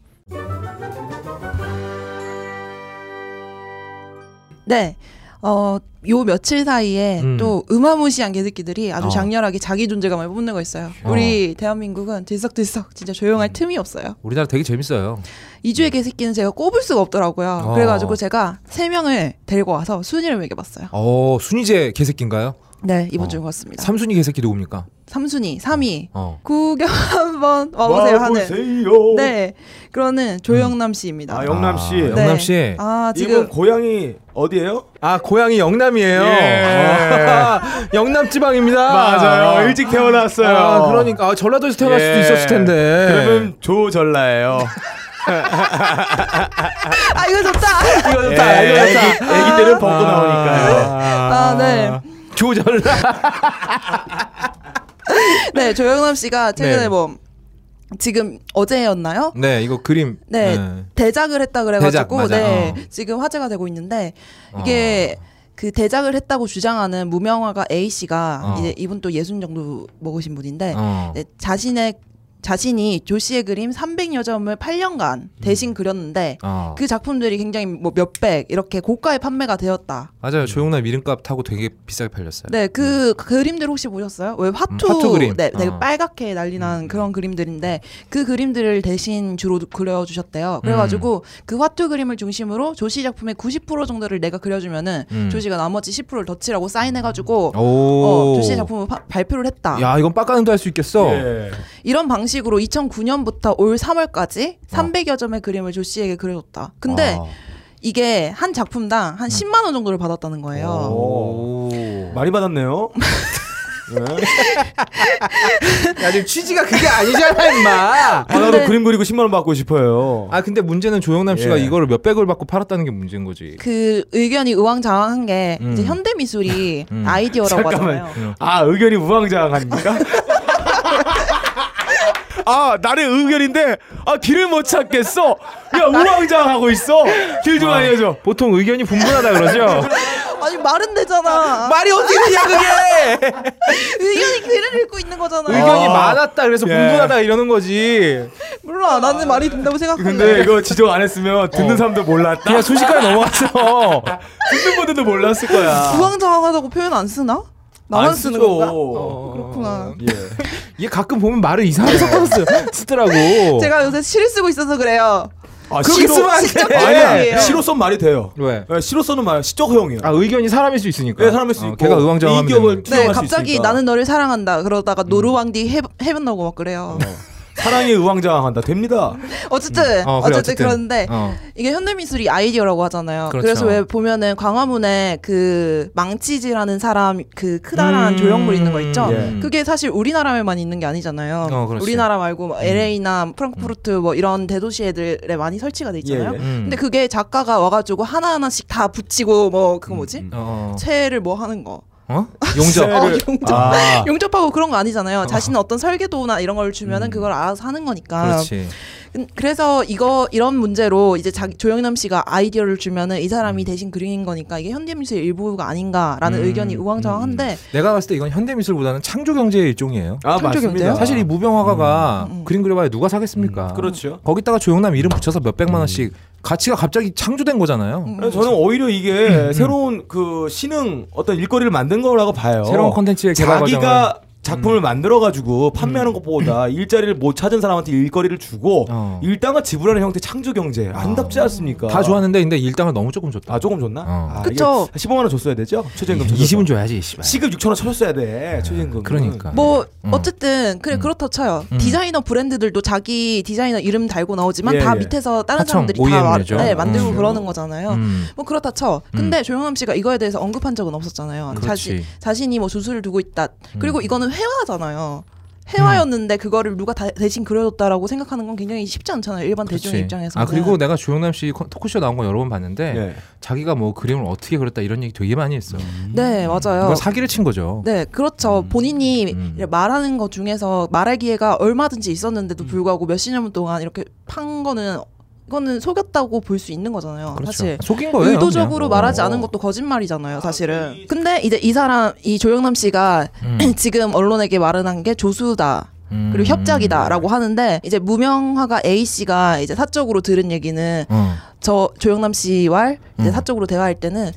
[SPEAKER 3] 네. 어, 요 며칠 사이에
[SPEAKER 1] 음.
[SPEAKER 3] 또 음화무시한 개새끼들이 아주
[SPEAKER 1] 어.
[SPEAKER 3] 장렬하게 자기 존재감을 뽐내고 있어요.
[SPEAKER 1] 어. 음.
[SPEAKER 3] 우리 대한민국은 들썩들썩 진짜 조용할 틈이 없어요.
[SPEAKER 1] 우리나라 되게 재밌어요.
[SPEAKER 3] 이주의 개새끼는 제가 꼽을 수가 없더라고요.
[SPEAKER 1] 어.
[SPEAKER 3] 그래가지고 제가 세 명을 데리고 와서 순위를 매겨봤어요.
[SPEAKER 1] 어, 순위제 개새끼인가요?
[SPEAKER 3] 네,
[SPEAKER 1] 어.
[SPEAKER 3] 이번 주에 봤습니다.
[SPEAKER 1] 삼순위 개새끼 누굽니까?
[SPEAKER 3] 3순위, 3위.
[SPEAKER 1] 어.
[SPEAKER 3] 구경 한번 와보세요 어, 하는.
[SPEAKER 2] 뭐 와보세요.
[SPEAKER 3] 네, 그거는 조영남 씨입니다.
[SPEAKER 2] 아, 영남 씨.
[SPEAKER 1] 아, 영남 씨.
[SPEAKER 3] 네. 아,
[SPEAKER 2] 이분
[SPEAKER 3] 지금
[SPEAKER 2] 고향이 어디예요?
[SPEAKER 1] 아, 고향이 영남이에요.
[SPEAKER 2] 예.
[SPEAKER 1] 영남 지방입니다.
[SPEAKER 2] 일찍 태어났어요.
[SPEAKER 1] 아, 그러니까 아, 전라도에서 태어날 수도
[SPEAKER 2] 예.
[SPEAKER 1] 있었을 텐데.
[SPEAKER 2] 그러면 조전라예요.
[SPEAKER 3] 아 이거 좋다.
[SPEAKER 1] 이거
[SPEAKER 2] 예,
[SPEAKER 1] 좋다. 이거
[SPEAKER 2] 애기,
[SPEAKER 1] 좋다.
[SPEAKER 2] 애기 때는 벗고 나오니까요.
[SPEAKER 3] 아 네.
[SPEAKER 1] 조절라.
[SPEAKER 3] 네, 조영남 씨가 최근에
[SPEAKER 1] 네.
[SPEAKER 3] 뭐 지금 어제였나요?
[SPEAKER 1] 네, 이거 그림.
[SPEAKER 3] 네, 대작을 했다 그래가지고
[SPEAKER 1] 대작, 맞아.
[SPEAKER 3] 네
[SPEAKER 1] 어.
[SPEAKER 3] 지금 화제가 되고 있는데 이게 그 대작을 했다고 주장하는 무명화가 A 씨가
[SPEAKER 1] 어.
[SPEAKER 3] 이제 이분 또 예순 정도 먹으신 분인데
[SPEAKER 1] 어.
[SPEAKER 3] 네, 자신의 자신이 조 씨의 그림 300여 점을 8년간 대신 그렸는데
[SPEAKER 1] 음. 어.
[SPEAKER 3] 그 작품들이 굉장히 뭐 몇백 이렇게 고가에 판매가 되었다.
[SPEAKER 1] 맞아요. 조용남 이름값 타고 되게 비싸게 팔렸어요.
[SPEAKER 3] 네, 그 그림들 혹시 보셨어요? 왜 화투,
[SPEAKER 1] 음, 화투 그림.
[SPEAKER 3] 네, 되게
[SPEAKER 1] 어.
[SPEAKER 3] 빨갛게 난리난 그런 그림들인데 그 그림들을 대신 주로
[SPEAKER 1] 음.
[SPEAKER 3] 그려주셨대요. 그래가지고 그 화투 그림을 중심으로 조시 작품의 90% 정도를 내가 그려주면은
[SPEAKER 1] 음.
[SPEAKER 3] 조시가 나머지 10%를 덧칠하고 사인해가지고
[SPEAKER 1] 오.
[SPEAKER 3] 어, 조시 작품을 파- 발표를 했다.
[SPEAKER 1] 야, 이건 빡가는도 할 수 있겠어.
[SPEAKER 2] 예.
[SPEAKER 3] 이런 방식으로 2009년부터 올 3월까지
[SPEAKER 1] 어.
[SPEAKER 3] 300여 점의 그림을 조시에게 그려줬다. 근데
[SPEAKER 1] 아.
[SPEAKER 3] 이게 한 작품당 한 10만 원 정도를 받았다는 거예요.
[SPEAKER 1] 음. 오.
[SPEAKER 2] 많이 받았네요. 예.
[SPEAKER 1] 야, 지금 취지가 그게 아니잖아, 임마.
[SPEAKER 2] 하나로
[SPEAKER 3] 근데-
[SPEAKER 2] 그림 그리고 10만 원 받고 싶어요.
[SPEAKER 1] 아, 근데 문제는 조용남 씨가
[SPEAKER 2] 예.
[SPEAKER 1] 이거를 몇백을 받고 팔았다는 게 문제인 거지.
[SPEAKER 3] 그 의견이 의왕장황한 게
[SPEAKER 1] 음.
[SPEAKER 3] 이제 현대 미술이
[SPEAKER 1] 음.
[SPEAKER 3] 아이디어라고 하잖아요.
[SPEAKER 1] 음.
[SPEAKER 2] 아 의견이 우왕좌왕합니까? 아 나의 의견인데 아 길을 못 찾겠어. 야 우왕좌왕하고 있어. 길 좀 알려줘.
[SPEAKER 1] 보통 의견이 분분하다 그러죠.
[SPEAKER 3] 아니 말은 되잖아.
[SPEAKER 1] 말이 어떻게 되냐 그게
[SPEAKER 3] 의견이 글을 읽고 있는 거잖아.
[SPEAKER 1] 의견이
[SPEAKER 2] 아.
[SPEAKER 1] 많았다 그래서
[SPEAKER 2] 예.
[SPEAKER 1] 분분하다 이러는 거지
[SPEAKER 3] 몰라 나는 말이 된다고 생각하는데.
[SPEAKER 2] 근데 네, 이거 지적 안 했으면 듣는 사람도 몰랐다.
[SPEAKER 1] 어. 그냥 순식간에 넘어갔어
[SPEAKER 2] 듣는 분들도 몰랐을 거야. 아,
[SPEAKER 3] 우왕좌왕하다고 표현 안 쓰나? 나만 쓰는 건가? 어, 그렇구나.
[SPEAKER 1] 얘 예. 가끔 보면 말을 이상하게 섞어서 쓰- 쓰더라고
[SPEAKER 3] 네. 제가 요새 시를 쓰고 있어서 그래요.
[SPEAKER 2] 아,
[SPEAKER 1] 그렇게 쓰면 안 돼.
[SPEAKER 3] 예,
[SPEAKER 2] 아니야. 시로선 말이 돼요.
[SPEAKER 1] 왜?
[SPEAKER 2] 네, 시로선은 말 시적 허용이에요.
[SPEAKER 1] 아 의견이 사람일 수 있으니까
[SPEAKER 2] 네, 사람일 수
[SPEAKER 1] 어,
[SPEAKER 2] 있고
[SPEAKER 1] 걔가 의왕장하면
[SPEAKER 2] 이 기업을
[SPEAKER 1] 되는 거지.
[SPEAKER 2] 투영할
[SPEAKER 3] 네,
[SPEAKER 2] 수
[SPEAKER 3] 갑자기
[SPEAKER 2] 있으니까.
[SPEAKER 3] 나는 너를 사랑한다 그러다가
[SPEAKER 1] 음.
[SPEAKER 3] 노르왕디 해 해변나고 막 그래요.
[SPEAKER 2] 사랑이 의왕장한다. 됩니다.
[SPEAKER 3] 어쨌든
[SPEAKER 1] 어,
[SPEAKER 3] 어,
[SPEAKER 1] 그래,
[SPEAKER 3] 쨌든
[SPEAKER 1] 어쨌든.
[SPEAKER 3] 그런데
[SPEAKER 1] 어.
[SPEAKER 3] 이게 현대미술이 아이디어라고 하잖아요.
[SPEAKER 1] 그렇죠.
[SPEAKER 3] 그래서왜 보면은 광화문에 그 망치지라는 사람 그 크다란
[SPEAKER 1] 음.
[SPEAKER 3] 조형물 있는 거 있죠.
[SPEAKER 2] 예.
[SPEAKER 3] 그게 사실 우리나라에만 있는 게 아니잖아요.
[SPEAKER 1] 어, 그렇지.
[SPEAKER 3] 우리나라 말고 뭐 LA나 프랑크푸르트 뭐 이런 대도시 애들에 많이 설치가 돼 있잖아요.
[SPEAKER 2] 예, 예.
[SPEAKER 1] 음.
[SPEAKER 3] 근데 그게 작가가 와가지고 하나 하나씩 다 붙이고 뭐 그거 뭐지?
[SPEAKER 1] 어.
[SPEAKER 3] 채를 뭐 하는 거.
[SPEAKER 1] 어? 용접
[SPEAKER 3] 어,
[SPEAKER 2] 세를-
[SPEAKER 3] 용접.
[SPEAKER 2] 아,
[SPEAKER 3] 용접하고 그런 거 아니잖아요. 자신은 어떤 설계도나 이런 걸 주면은 그걸 알아서 하는 거니까.
[SPEAKER 1] 음. 그렇지
[SPEAKER 3] 근- 음, 그래서 이거 이런 문제로 이제 자기 조영남 씨가 아이디어를 주면은 이 사람이 대신 그린 거니까 이게 현대미술의 일부가 아닌가라는
[SPEAKER 1] 음,
[SPEAKER 3] 의견이 우왕좌왕한데
[SPEAKER 1] 내가 봤을 때 이건 현대미술보다는 창조경제의 일종이에요
[SPEAKER 2] 아
[SPEAKER 3] 창조경제요?
[SPEAKER 2] 맞습니다.
[SPEAKER 1] 사실 이 뭐- 무명화가가
[SPEAKER 3] 음, 음.
[SPEAKER 1] 그림 그려봐야 누가 사겠습니까?
[SPEAKER 2] 그렇죠.
[SPEAKER 1] 거기다가 조용남 이름 붙여서 몇
[SPEAKER 3] 음.
[SPEAKER 1] 백만 원씩 가치가 갑자기 창조된 거잖아요.
[SPEAKER 2] 그래서 저는 오히려
[SPEAKER 1] 음,
[SPEAKER 2] 이게 새로운 그 신흥 어떤 일거리를 만든 거라고 봐요.
[SPEAKER 1] 새로운 콘텐츠의 개발 과정을 음.
[SPEAKER 2] 자기가 작품을 만들어 가지고 판매하는 것보다 일자리를 못 찾은 사람한테 일거리를 주고
[SPEAKER 1] 어. 아.
[SPEAKER 2] 일당을 지불하는 형태 창조 경제 안답지 않습니까?
[SPEAKER 1] 다 좋았는데 근데 일당을 너무 조금 줬다.
[SPEAKER 2] 아 조금 줬나?
[SPEAKER 1] 어.
[SPEAKER 2] 아,
[SPEAKER 3] 그쵸.
[SPEAKER 2] 이게 15만 원 줬어야 되죠? 최저임금 쳐줘서.
[SPEAKER 1] 20은 줘야지, 씨발.
[SPEAKER 2] 시급 6천 원 쳐줬어야 돼. 최저임금.
[SPEAKER 1] 그러니까.
[SPEAKER 3] 뭐
[SPEAKER 1] 음.
[SPEAKER 3] 어쨌든 그래 그렇다 쳐요. 디자이너 브랜드들도 자기 디자이너 이름 달고 나오지만
[SPEAKER 2] 예,
[SPEAKER 3] 다
[SPEAKER 2] 예.
[SPEAKER 3] 밑에서 다른
[SPEAKER 1] 하청, E
[SPEAKER 3] 사람들이 다 와-
[SPEAKER 1] OEM이죠.
[SPEAKER 3] 네, 만들고
[SPEAKER 1] 음.
[SPEAKER 3] 그러는 거잖아요.
[SPEAKER 1] 음.
[SPEAKER 3] 뭐 그렇다 쳐. 근데 조영남 씨가 이거에 대해서 언급한 적은 없었잖아요.
[SPEAKER 1] 그렇지.
[SPEAKER 3] 자신 자신이 뭐 주술을 두고 있다.
[SPEAKER 1] 음.
[SPEAKER 3] 그리고 이거는 회화잖아요. 회화였는데 그거를 누가 다- 대신 그려줬다라고 생각하는 건 굉장히 쉽지 않잖아요. 일반 대중
[SPEAKER 1] 그렇지.
[SPEAKER 3] 입장에서.
[SPEAKER 1] 아 그리고 내가 조용남 씨 컨- 토크쇼 나온 거 여러 번 봤는데
[SPEAKER 2] 예.
[SPEAKER 1] 자기가 뭐 그림을 어떻게 그렸다 이런 얘기 되게 많이 했어.
[SPEAKER 3] 네 맞아요.
[SPEAKER 1] 그건 사기를 친 거죠.
[SPEAKER 3] 네 그렇죠. 본인이
[SPEAKER 1] 음.
[SPEAKER 3] 말하는 것 중에서 말할 기회가 얼마든지
[SPEAKER 1] 음.
[SPEAKER 3] 있었는데도 불구하고 몇십 년 동안 이렇게 판 거는 그거는 속였다고 볼 수 있는 거잖아요.
[SPEAKER 1] 그렇죠.
[SPEAKER 3] 사실.
[SPEAKER 1] 속인 거예요.
[SPEAKER 3] 의도적으로
[SPEAKER 1] 그냥.
[SPEAKER 3] 말하지
[SPEAKER 1] 어.
[SPEAKER 3] 않은 것도 거짓말이잖아요, 사실은. 근데 이제 이 사람, 이 조영남 씨가 지금 언론에게 말을 한 게 조수다.
[SPEAKER 1] 음.
[SPEAKER 3] 그리고 협작이다라고 하는데 이제 무명화가 A 씨가 이제 사적으로 들은 얘기는
[SPEAKER 1] 어.
[SPEAKER 3] 저 조영남 씨와 이제
[SPEAKER 1] 음.
[SPEAKER 3] 사적으로 대화할 때는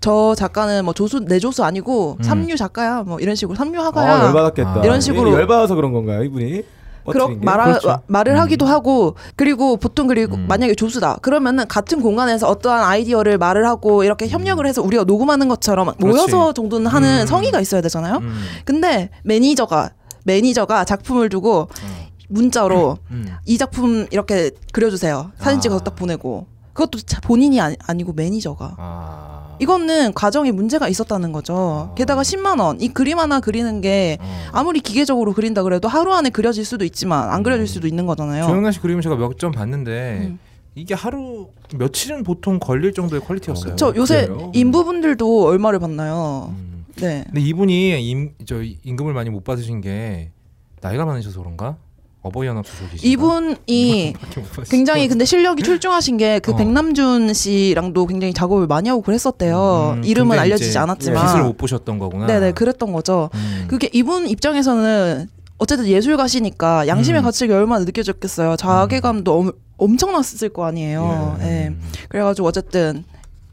[SPEAKER 3] 저 작가는 뭐 조수 내 조수 아니고
[SPEAKER 1] 음.
[SPEAKER 3] 삼류 작가야 뭐 이런 식으로 삼류 화가야
[SPEAKER 2] 아, 열받았겠다.
[SPEAKER 1] 아. 이런
[SPEAKER 3] 식으로.
[SPEAKER 2] 얘는 열받아서 그런 건가요, 이분이?
[SPEAKER 3] 그러,
[SPEAKER 2] 퍼뜨린 게?
[SPEAKER 3] 말하,
[SPEAKER 2] 그렇죠. 음.
[SPEAKER 3] 와- 말을 하기도 하고 그리고 보통 그리고 만약에 조수다 그러면은 같은 공간에서 어떠한 아이디어를 말을 하고
[SPEAKER 2] 음.
[SPEAKER 3] 이렇게 협력을 해서 우리가 녹음하는 것처럼 모여서 정도는 하는 성의가 있어야 되잖아요
[SPEAKER 2] 음.
[SPEAKER 1] 음,
[SPEAKER 3] 근데 매니저가 매니저가 작품을 두고
[SPEAKER 2] 음.
[SPEAKER 3] 문자로
[SPEAKER 1] 음.
[SPEAKER 3] 이 작품 이렇게 그려주세요 사진 찍어서 딱 보내고 그것도 자- 본인이 아니, 아니고 매니저가
[SPEAKER 1] 아.
[SPEAKER 3] 이거는 과정에 문제가 있었다는 거죠. 게다가 10만 원. 이 그림 하나 그리는 게
[SPEAKER 1] 어.
[SPEAKER 3] 아무리 기계적으로 그린다 그래도 하루 안에 그려질 수도 있지만 안 그려질 수도 있는 거잖아요.
[SPEAKER 1] 조영남 씨 그림 제가 몇 점 봤는데
[SPEAKER 3] 음.
[SPEAKER 1] 이게 하루 며칠은 보통 걸릴 정도의 퀄리티였어요.
[SPEAKER 3] 저 요새
[SPEAKER 2] 그래요?
[SPEAKER 3] 인부분들도 얼마를 받나요?
[SPEAKER 1] 음.
[SPEAKER 3] 네.
[SPEAKER 1] 근데 이분이 임, 저 임금을 많이 못 받으신 게 나이가 많으셔서 그런가? 어버이 연합 소속이시.
[SPEAKER 3] 이분이 굉장히
[SPEAKER 1] 네.
[SPEAKER 3] 근데 실력이 출중하신 게 그
[SPEAKER 1] 어.
[SPEAKER 3] 백남준 씨랑도 굉장히 작업을 많이 하고 그랬었대요. 이름은 알려지지
[SPEAKER 1] 빛을
[SPEAKER 3] 않았지만.
[SPEAKER 1] 못 보셨던 거구나.
[SPEAKER 3] 네네, 그랬던 거죠.
[SPEAKER 1] 음.
[SPEAKER 3] 그게 이분 입장에서는 어쨌든 예술가시니까 양심의
[SPEAKER 1] 음.
[SPEAKER 3] 가치가 얼마나 느껴졌겠어요. 자괴감도 엄, 엄청났을 거 아니에요. 예. 그래가지고 어쨌든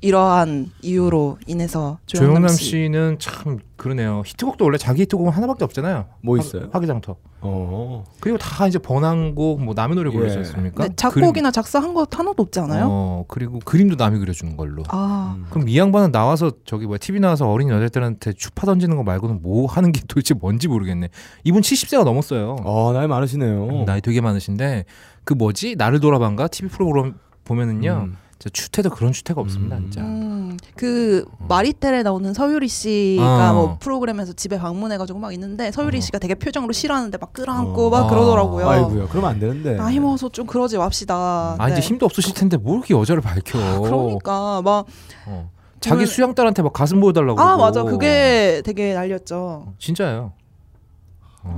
[SPEAKER 3] 이러한 이유로 인해서
[SPEAKER 1] 조영남
[SPEAKER 3] 조영남 씨.
[SPEAKER 1] 씨는 참 그러네요. 히트곡도 원래 자기 히트곡은 하나밖에 없잖아요.
[SPEAKER 2] 뭐
[SPEAKER 1] 화-
[SPEAKER 2] 있어요?
[SPEAKER 1] 화기장터.
[SPEAKER 2] 어.
[SPEAKER 1] 그리고 다 이제 번안곡 뭐 남의 노래
[SPEAKER 2] 예.
[SPEAKER 1] 고르지 않습니까?
[SPEAKER 3] 네, 작곡이나 작사한 것 하나도 없지
[SPEAKER 1] 그림,
[SPEAKER 3] 않아요?
[SPEAKER 1] 어, 그리고 그림도 남이 그려주는 걸로.
[SPEAKER 3] 아,
[SPEAKER 1] 그럼 이 양반은 나와서 저기 뭐야 TV 나와서 어린 여자들한테 추파 던지는 거 말고는 뭐 하는 게 도대체 뭔지 모르겠네. 이분 70세가 넘었어요.
[SPEAKER 2] 아, 나이 많으시네요.
[SPEAKER 1] 나이 되게 많으신데 그 뭐지 나를 돌아반가 TV 프로그램 보면은요.
[SPEAKER 2] 음.
[SPEAKER 1] 진짜 추태도 그런 추태가 없습니다. 진짜.
[SPEAKER 3] 음, 그 마리텔에 나오는 서유리 씨가
[SPEAKER 1] 어.
[SPEAKER 3] 뭐 프로그램에서 집에 방문해가지고 막 있는데 서유리 씨가 되게 표정으로 싫어하는데 막 끌어안고
[SPEAKER 2] 어.
[SPEAKER 1] 아.
[SPEAKER 3] 막 그러더라고요.
[SPEAKER 2] 아이고야, 그러면 안 되는데.
[SPEAKER 3] 나이 먹어서 좀 그러지 맙시다.
[SPEAKER 1] 아 이제
[SPEAKER 3] 네.
[SPEAKER 1] 힘도 없으실 텐데 뭐 이렇게 여자를 밝혀.
[SPEAKER 3] 그러니까 막 아
[SPEAKER 1] 어. 자기
[SPEAKER 3] 그러면- 아,
[SPEAKER 1] 수양딸한테 막 가슴 보여달라고. 아, 그러고. 어,
[SPEAKER 3] 맞아 그게 되게 날렸죠.
[SPEAKER 1] 진짜예요.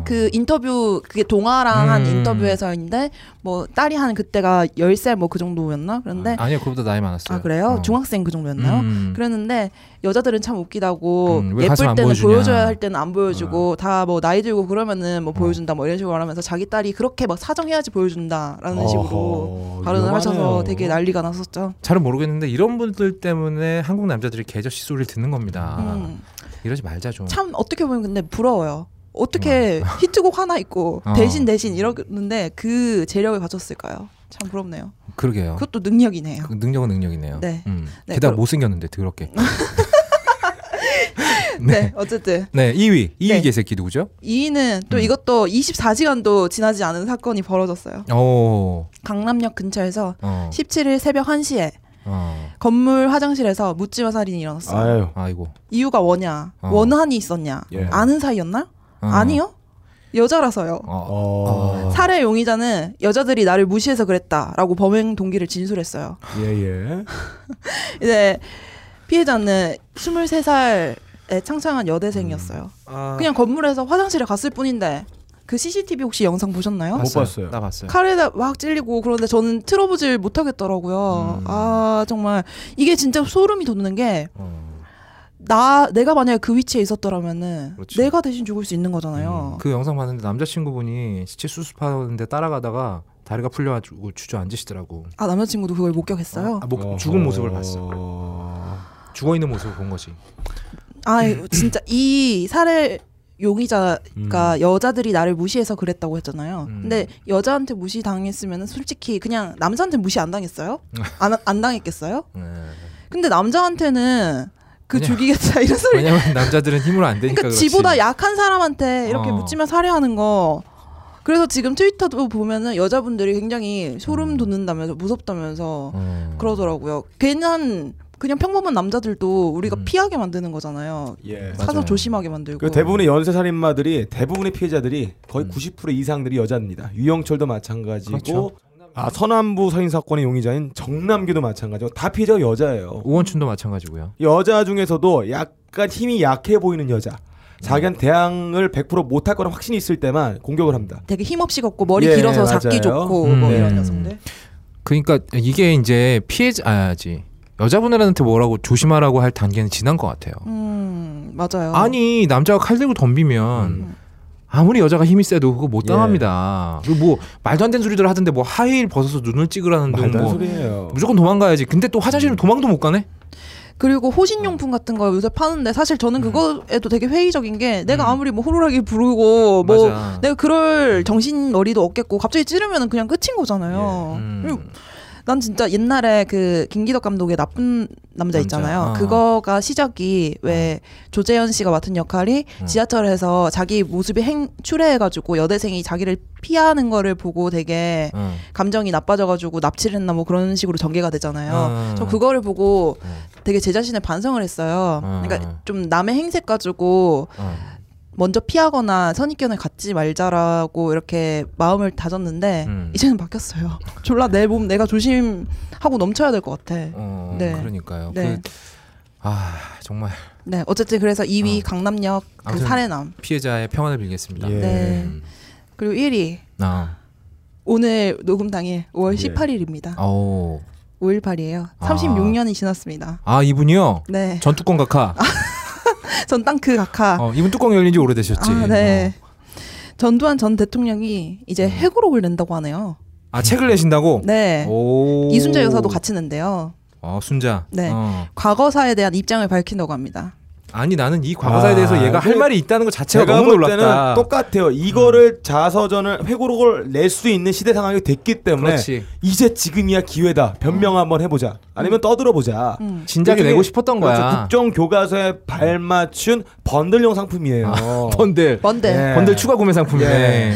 [SPEAKER 3] 그 인터뷰 그게 동아랑 한
[SPEAKER 1] 음.
[SPEAKER 3] 인터뷰에서인데 뭐 딸이 한 그때가 10살 뭐 그 정도였나? 그런데 아,
[SPEAKER 1] 아니요 그보다 나이 많았어요.
[SPEAKER 3] 그래요?
[SPEAKER 1] 어.
[SPEAKER 3] 중학생 그 정도였나요?
[SPEAKER 1] 음.
[SPEAKER 3] 그랬는데 여자들은 참 웃기다고
[SPEAKER 1] 음, 왜
[SPEAKER 3] 예쁠
[SPEAKER 1] 가슴 안
[SPEAKER 3] 때는
[SPEAKER 1] 보여주냐. 어.
[SPEAKER 3] 보여줘야 할 때는 안 보여주고 다 뭐 나이 들고 그러면은 뭐 보여준다 뭐 이런 식으로 말하면서 자기 딸이 그렇게 막 사정해야지 보여준다라는 식으로
[SPEAKER 2] 어허,
[SPEAKER 3] 발언을 하셔서
[SPEAKER 2] 위험하네요.
[SPEAKER 3] 되게 난리가 났었죠.
[SPEAKER 1] 잘은 모르겠는데 이런 분들 때문에 한국 남자들이 개저씨 소리를 듣는 겁니다.
[SPEAKER 3] 음.
[SPEAKER 1] 이러지 말자 좀.
[SPEAKER 3] 참 어떻게 보면 근데 부러워요. 어떻게 히트곡 하나 있고
[SPEAKER 1] 어.
[SPEAKER 3] 대신 대신 이러는데 그 재력을 가졌을까요? 참 부럽네요.
[SPEAKER 1] 그러게요.
[SPEAKER 3] 그것도 능력이네요.
[SPEAKER 1] 어. 그 능력은 능력이네요.
[SPEAKER 3] 네.
[SPEAKER 1] 음.
[SPEAKER 3] 네,
[SPEAKER 1] 게다가
[SPEAKER 3] 그럼-
[SPEAKER 1] 못생겼는데 더럽게.
[SPEAKER 3] 네. 어쨌든
[SPEAKER 1] 네, 2위. 2위
[SPEAKER 3] 네.
[SPEAKER 1] 개새끼 누구죠?
[SPEAKER 3] 2위는 또 이것도 24시간도 지나지 않은 사건이 벌어졌어요.
[SPEAKER 1] 오.
[SPEAKER 3] 강남역 근처에서
[SPEAKER 1] 어.
[SPEAKER 3] 17일 새벽 1시에
[SPEAKER 1] 어.
[SPEAKER 3] 건물 화장실에서 묻지마 살인이 일어났어요.
[SPEAKER 2] 아유.
[SPEAKER 1] 아이고.
[SPEAKER 3] 이유가 뭐냐?
[SPEAKER 1] 어.
[SPEAKER 3] 원한이 있었냐?
[SPEAKER 2] 예.
[SPEAKER 3] 아는 사이였나? 아니요. 여자라서요.
[SPEAKER 1] 어.
[SPEAKER 2] 어.
[SPEAKER 3] 살해 용의자는 여자들이 나를 무시해서 그랬다라고 범행 동기를 진술했어요.
[SPEAKER 2] 예, 예.
[SPEAKER 3] 이제 피해자는 23살의 창창한
[SPEAKER 1] 음.
[SPEAKER 3] 여대생이었어요.
[SPEAKER 1] 아.
[SPEAKER 3] 그냥 건물에서 화장실에 갔을 뿐인데 그 CCTV 혹시 영상
[SPEAKER 1] 아,
[SPEAKER 3] 보셨나요?
[SPEAKER 1] 네.
[SPEAKER 2] 봤어요.
[SPEAKER 1] 나 봤어요.
[SPEAKER 3] 칼에다 막 찔리고 그런데 저는 틀어보질
[SPEAKER 1] 음.
[SPEAKER 3] 못하겠더라고요. 아 정말 이게 진짜 소름이 돋는
[SPEAKER 1] 어.
[SPEAKER 3] 게 나 내가 만약에 그 위치에 있었더라면은
[SPEAKER 1] 그렇지.
[SPEAKER 3] 내가 대신 죽을 수 있는 거잖아요.
[SPEAKER 1] 그 영상 봤는데 남자친구분이 시체 수습하는데 따라가다가 다리가 풀려가지고 주저앉으시더라고.
[SPEAKER 3] 아 남자친구도 그걸 목격했어요.
[SPEAKER 1] 아, 목, 죽은 모습을 봤어. 죽어 있는 모습을 본 거지.
[SPEAKER 3] 아 진짜 이 살해 용의자가
[SPEAKER 1] 그러니까
[SPEAKER 3] 그러니까 여자들이 나를 무시해서 그랬다고 했잖아요.
[SPEAKER 1] 음.
[SPEAKER 3] 근데 여자한테 무시 당했으면 솔직히 그냥 남자한테 무시 안 당했어요? 안, 안 당했겠어요?
[SPEAKER 1] 네.
[SPEAKER 3] 근데 남자한테는 그
[SPEAKER 1] 그냥-
[SPEAKER 3] 죽이겠다 이런 소리.
[SPEAKER 1] 왜냐면 남자들은 힘으로 안 되니까
[SPEAKER 3] 그러니까
[SPEAKER 1] 그렇지.
[SPEAKER 3] 지보다 약한 사람한테 이렇게
[SPEAKER 1] 어.
[SPEAKER 3] 묻지마 살해하는 거. 그래서 지금 트위터도 보면은 여자분들이 굉장히 소름 돋는다면서 무섭다면서
[SPEAKER 1] 음.
[SPEAKER 3] 그러더라고요. 괜한 그냥 평범한 남자들도 우리가
[SPEAKER 1] 음.
[SPEAKER 3] 피하게 만드는 거잖아요.
[SPEAKER 2] 예.
[SPEAKER 1] 맞아요.
[SPEAKER 3] 사서 조심하게 만들고.
[SPEAKER 2] 그 대부분의 연쇄 살인마들이 대부분의 피해자들이 거의 90% 이상들이 여자입니다. 유영철도 마찬가지고
[SPEAKER 1] 음. 그렇죠.
[SPEAKER 2] 아 서남부 살인 사건의 용의자인 정남규도 마찬가지고 다 피해자가 여자예요.
[SPEAKER 1] 오원춘도 마찬가지고요.
[SPEAKER 2] 여자 중에서도 약간 힘이 약해 보이는 여자.
[SPEAKER 1] 음.
[SPEAKER 2] 자기한테 대항을 100% 못할 거란 확신이 있을 때만 공격을 합니다.
[SPEAKER 3] 되게 힘없이 걷고 머리
[SPEAKER 2] 예,
[SPEAKER 3] 길어서 작기
[SPEAKER 2] 맞아요.
[SPEAKER 3] 좋고
[SPEAKER 1] 음.
[SPEAKER 3] 뭐 이런
[SPEAKER 1] 네.
[SPEAKER 3] 여성들.
[SPEAKER 1] 그러니까 이게 이제 피해자지 여자분들한테 뭐라고 조심하라고 할 단계는 지난 것 같아요.
[SPEAKER 3] 음 맞아요.
[SPEAKER 1] 아니 남자가 칼 들고 덤비면
[SPEAKER 3] 음.
[SPEAKER 1] 아무리 여자가 힘이 세도 그거 못
[SPEAKER 2] 예.
[SPEAKER 1] 당합니다. 그리고 뭐 말도 안 되는 소리들 하던데 뭐 하이힐 벗어서 눈을 찌그라는 등
[SPEAKER 2] 말도 안
[SPEAKER 1] 뭐
[SPEAKER 2] 소리예요. 음.
[SPEAKER 1] 무조건 도망가야지. 근데 또 화장실은 도망도 못 가네.
[SPEAKER 3] 그리고 호신용품
[SPEAKER 1] 어.
[SPEAKER 3] 같은 거 요새 파는데 사실 저는
[SPEAKER 1] 음.
[SPEAKER 3] 그거에도 되게 회의적인 게 내가 아무리 뭐 호루라기 부르고 뭐
[SPEAKER 1] 맞아.
[SPEAKER 3] 내가
[SPEAKER 1] 음.
[SPEAKER 3] 그럴 정신 머리도 없겠고 갑자기 찌르면 그냥 끝인 거잖아요.
[SPEAKER 1] 음.
[SPEAKER 3] 그리고 난 진짜 옛날에 그 김기덕 감독의 나쁜
[SPEAKER 1] 남자.
[SPEAKER 3] 남자
[SPEAKER 1] 어.
[SPEAKER 3] 있잖아요.
[SPEAKER 1] 아.
[SPEAKER 3] 그거가 시작이 왜 조재현 씨가 맡은 역할이
[SPEAKER 1] 음.
[SPEAKER 3] 지하철에서 자기 모습이 행 출애해가지고 여대생이 자기를 피하는 거를 보고 되게
[SPEAKER 1] 어.
[SPEAKER 3] 감정이 나빠져가지고 납치를 했나 뭐 그런 식으로 전개가 되잖아요.
[SPEAKER 1] 아.
[SPEAKER 3] 어, 저 그거를 보고
[SPEAKER 1] 음.
[SPEAKER 3] 되게 제 자신의 반성을 했어요.
[SPEAKER 1] 아.
[SPEAKER 3] 그러니까 좀 남의 행색 가지고
[SPEAKER 1] 어.
[SPEAKER 3] 먼저 피하거나 선입견을 갖지 말자라고 이렇게 마음을 다졌는데
[SPEAKER 1] 음.
[SPEAKER 3] 이제는 바뀌었어요. 졸라 내 몸 내가 조심하고 넘쳐야 될 것 같아.
[SPEAKER 1] 어,
[SPEAKER 3] 네.
[SPEAKER 1] 그러니까요.
[SPEAKER 3] 네.
[SPEAKER 1] 그, 아 정말
[SPEAKER 3] 네, 어쨌든 그래서 2위 강남역 그
[SPEAKER 1] 아무튼-
[SPEAKER 3] 살해남
[SPEAKER 1] 피해자의 평안을 빌겠습니다. 음.
[SPEAKER 2] 예.
[SPEAKER 3] 네. 그리고 1위
[SPEAKER 1] 아,
[SPEAKER 3] 오늘 녹음 당일 5월
[SPEAKER 2] 예.
[SPEAKER 3] 18일입니다.
[SPEAKER 1] 오,
[SPEAKER 3] 5.18이에요.
[SPEAKER 1] 아.
[SPEAKER 3] 36년이 지났습니다.
[SPEAKER 1] 아 이분이요.
[SPEAKER 3] 네,
[SPEAKER 1] 전뚜껑 각하.
[SPEAKER 3] 전 땅크 각하.
[SPEAKER 1] 어, 이분 뚜껑 열린 지 오래되셨지. 어.
[SPEAKER 3] 아, 네. 전두환 전 대통령이
[SPEAKER 1] 음.
[SPEAKER 3] 이제 회고록을 낸다고 하네요.
[SPEAKER 1] 어. 아 책을 내신다고.
[SPEAKER 3] 네.
[SPEAKER 1] 오.
[SPEAKER 3] 이순자 여사도 같이 낸대요.
[SPEAKER 1] 어 순자.
[SPEAKER 3] 네.
[SPEAKER 1] 어.
[SPEAKER 3] 과거사에 대한 입장을 밝힌다고 합니다.
[SPEAKER 1] 아니 나는 이 과거사에
[SPEAKER 2] 아,
[SPEAKER 1] 대해서 얘가 할
[SPEAKER 2] 이게
[SPEAKER 1] 말이 있다는 것 자체가
[SPEAKER 2] 제가
[SPEAKER 1] 너무
[SPEAKER 2] 볼
[SPEAKER 1] 놀랐다. 음.
[SPEAKER 2] 때는 똑같아요. 이거를 자서전을 회고록을 낼 수 있는 시대 상황이 됐기 때문에
[SPEAKER 1] 그렇지.
[SPEAKER 2] 이제 지금이야 기회다. 변명 한번 해보자. 아니면 떠들어보자.
[SPEAKER 3] 음.
[SPEAKER 1] 진작에
[SPEAKER 2] 그중에-
[SPEAKER 1] 내고 싶었던
[SPEAKER 2] 그렇죠.
[SPEAKER 1] 거야.
[SPEAKER 2] 국정 교과서에 발맞춘 번들용 상품이에요.
[SPEAKER 1] 아, 번들.
[SPEAKER 3] 뭔데?
[SPEAKER 2] 예.
[SPEAKER 1] 어. 번들 추가 구매 상품이네.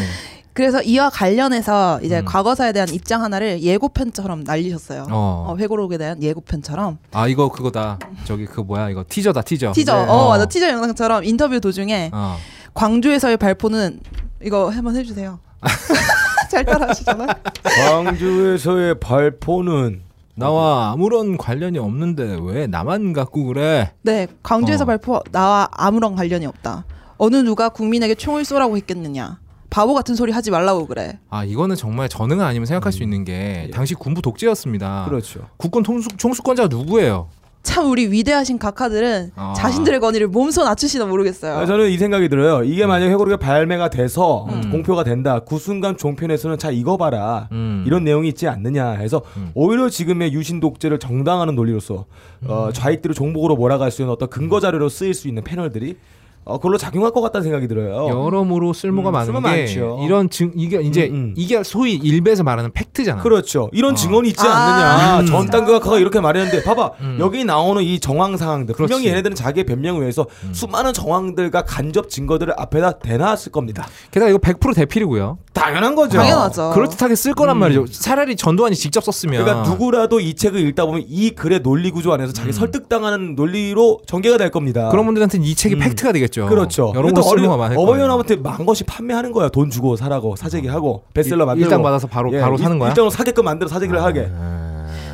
[SPEAKER 3] 그래서 이와 관련해서 이제
[SPEAKER 1] 음.
[SPEAKER 3] 과거사에 대한 입장 하나를 예고편처럼 날리셨어요.
[SPEAKER 1] 어.
[SPEAKER 3] 어, 회고록에 대한 예고편처럼
[SPEAKER 1] 아 이거 그거다. 저기 그 뭐야 이거 티저다 티저.
[SPEAKER 3] 티저,
[SPEAKER 1] 네.
[SPEAKER 3] 어 아. 맞아 티저 영상처럼 인터뷰 도중에
[SPEAKER 1] 어.
[SPEAKER 3] 광주에서의 발포는 이거 한번 해주세요. 잘 따라하시잖아.
[SPEAKER 2] 광주에서의 발포는
[SPEAKER 1] 나와 아무런 관련이 없는데 왜 나만 갖고 그래?
[SPEAKER 3] 네, 광주에서
[SPEAKER 1] 어.
[SPEAKER 3] 발포 나와 아무런 관련이 없다. 어느 누가 국민에게 총을 쏘라고 했겠느냐. 바보 같은 소리 하지 말라고 그래.
[SPEAKER 1] 아 이거는 정말 전능 아니면 생각할 수 있는 게 당시 군부 독재였습니다.
[SPEAKER 2] 음. 예. 그렇죠.
[SPEAKER 1] 국군 통수, 총수권자가 누구예요?
[SPEAKER 3] 참 우리 위대하신 각하들은
[SPEAKER 1] 아. 네.
[SPEAKER 3] 자신들의 권위를 몸소 낮추시나 모르겠어요.
[SPEAKER 2] 아, 저는 이 생각이
[SPEAKER 1] 음.
[SPEAKER 2] 들어요. 이게 만약 해고리가 발매가 돼서 공표가 된다. 그 순간 종편에서는 자 이거 봐라
[SPEAKER 1] 음.
[SPEAKER 2] 이런 내용이 있지 않느냐 해서 오히려 지금의 유신 독재를 정당하는 논리로서
[SPEAKER 1] 음.
[SPEAKER 2] 어, 좌익들을 종북으로 몰아갈 수 있는 어떤 근거 자료로 쓰일 수 있는 패널들이 어, 그걸로 작용할 것 같다는 생각이 들어요.
[SPEAKER 1] 여러모로 쓸모가
[SPEAKER 2] 음,
[SPEAKER 1] 많은
[SPEAKER 2] 쓸모
[SPEAKER 1] 게
[SPEAKER 2] 많죠.
[SPEAKER 1] 이런 증 이게 이제
[SPEAKER 2] 음, 음.
[SPEAKER 1] 이게 소위 일베에서 말하는 팩트잖아.
[SPEAKER 2] 그렇죠.
[SPEAKER 1] 어.
[SPEAKER 2] 이런 증언이 있지
[SPEAKER 3] 아.
[SPEAKER 2] 않느냐.
[SPEAKER 1] 음.
[SPEAKER 2] 전 땅과 각하 이렇게 말했는데 봐봐 여기 나오는 이 정황 상황들 분명히
[SPEAKER 1] 그렇지. 음.
[SPEAKER 2] 얘네들은 자기의 변명을 위해서 수많은 정황들과 간접 증거들을 앞에다 대놨을 겁니다.
[SPEAKER 1] 게다가 이거 100% 대필이고요.
[SPEAKER 2] 당연한 거죠. 음.
[SPEAKER 3] 당연하죠.
[SPEAKER 1] 그럴듯하게 쓸 거란 말이죠. 차라리 전두환이 직접 썼으면
[SPEAKER 2] 그러니까 누구라도 이 책을 읽다 보면 이 글의 논리 구조 안에서 자기 설득당하는 논리로 전개가 될 겁니다.
[SPEAKER 1] 음. 그런 분들한테는 이 책이
[SPEAKER 2] 음.
[SPEAKER 1] 팩트가 되겠죠.
[SPEAKER 2] 그렇죠.
[SPEAKER 1] 여러모로
[SPEAKER 2] 어린-
[SPEAKER 1] 쓸모가 많을 거예요.
[SPEAKER 2] 어버이연합한테 만것이 판매하는 거야. 돈 주고 사라고 사재기 하고 베스트셀러
[SPEAKER 1] 일-
[SPEAKER 2] 만들고 예,
[SPEAKER 1] 일당 받아서 바로- 바로 사는 거야? 아.
[SPEAKER 2] 일당으로 사게끔 만들어 사재기를 하게.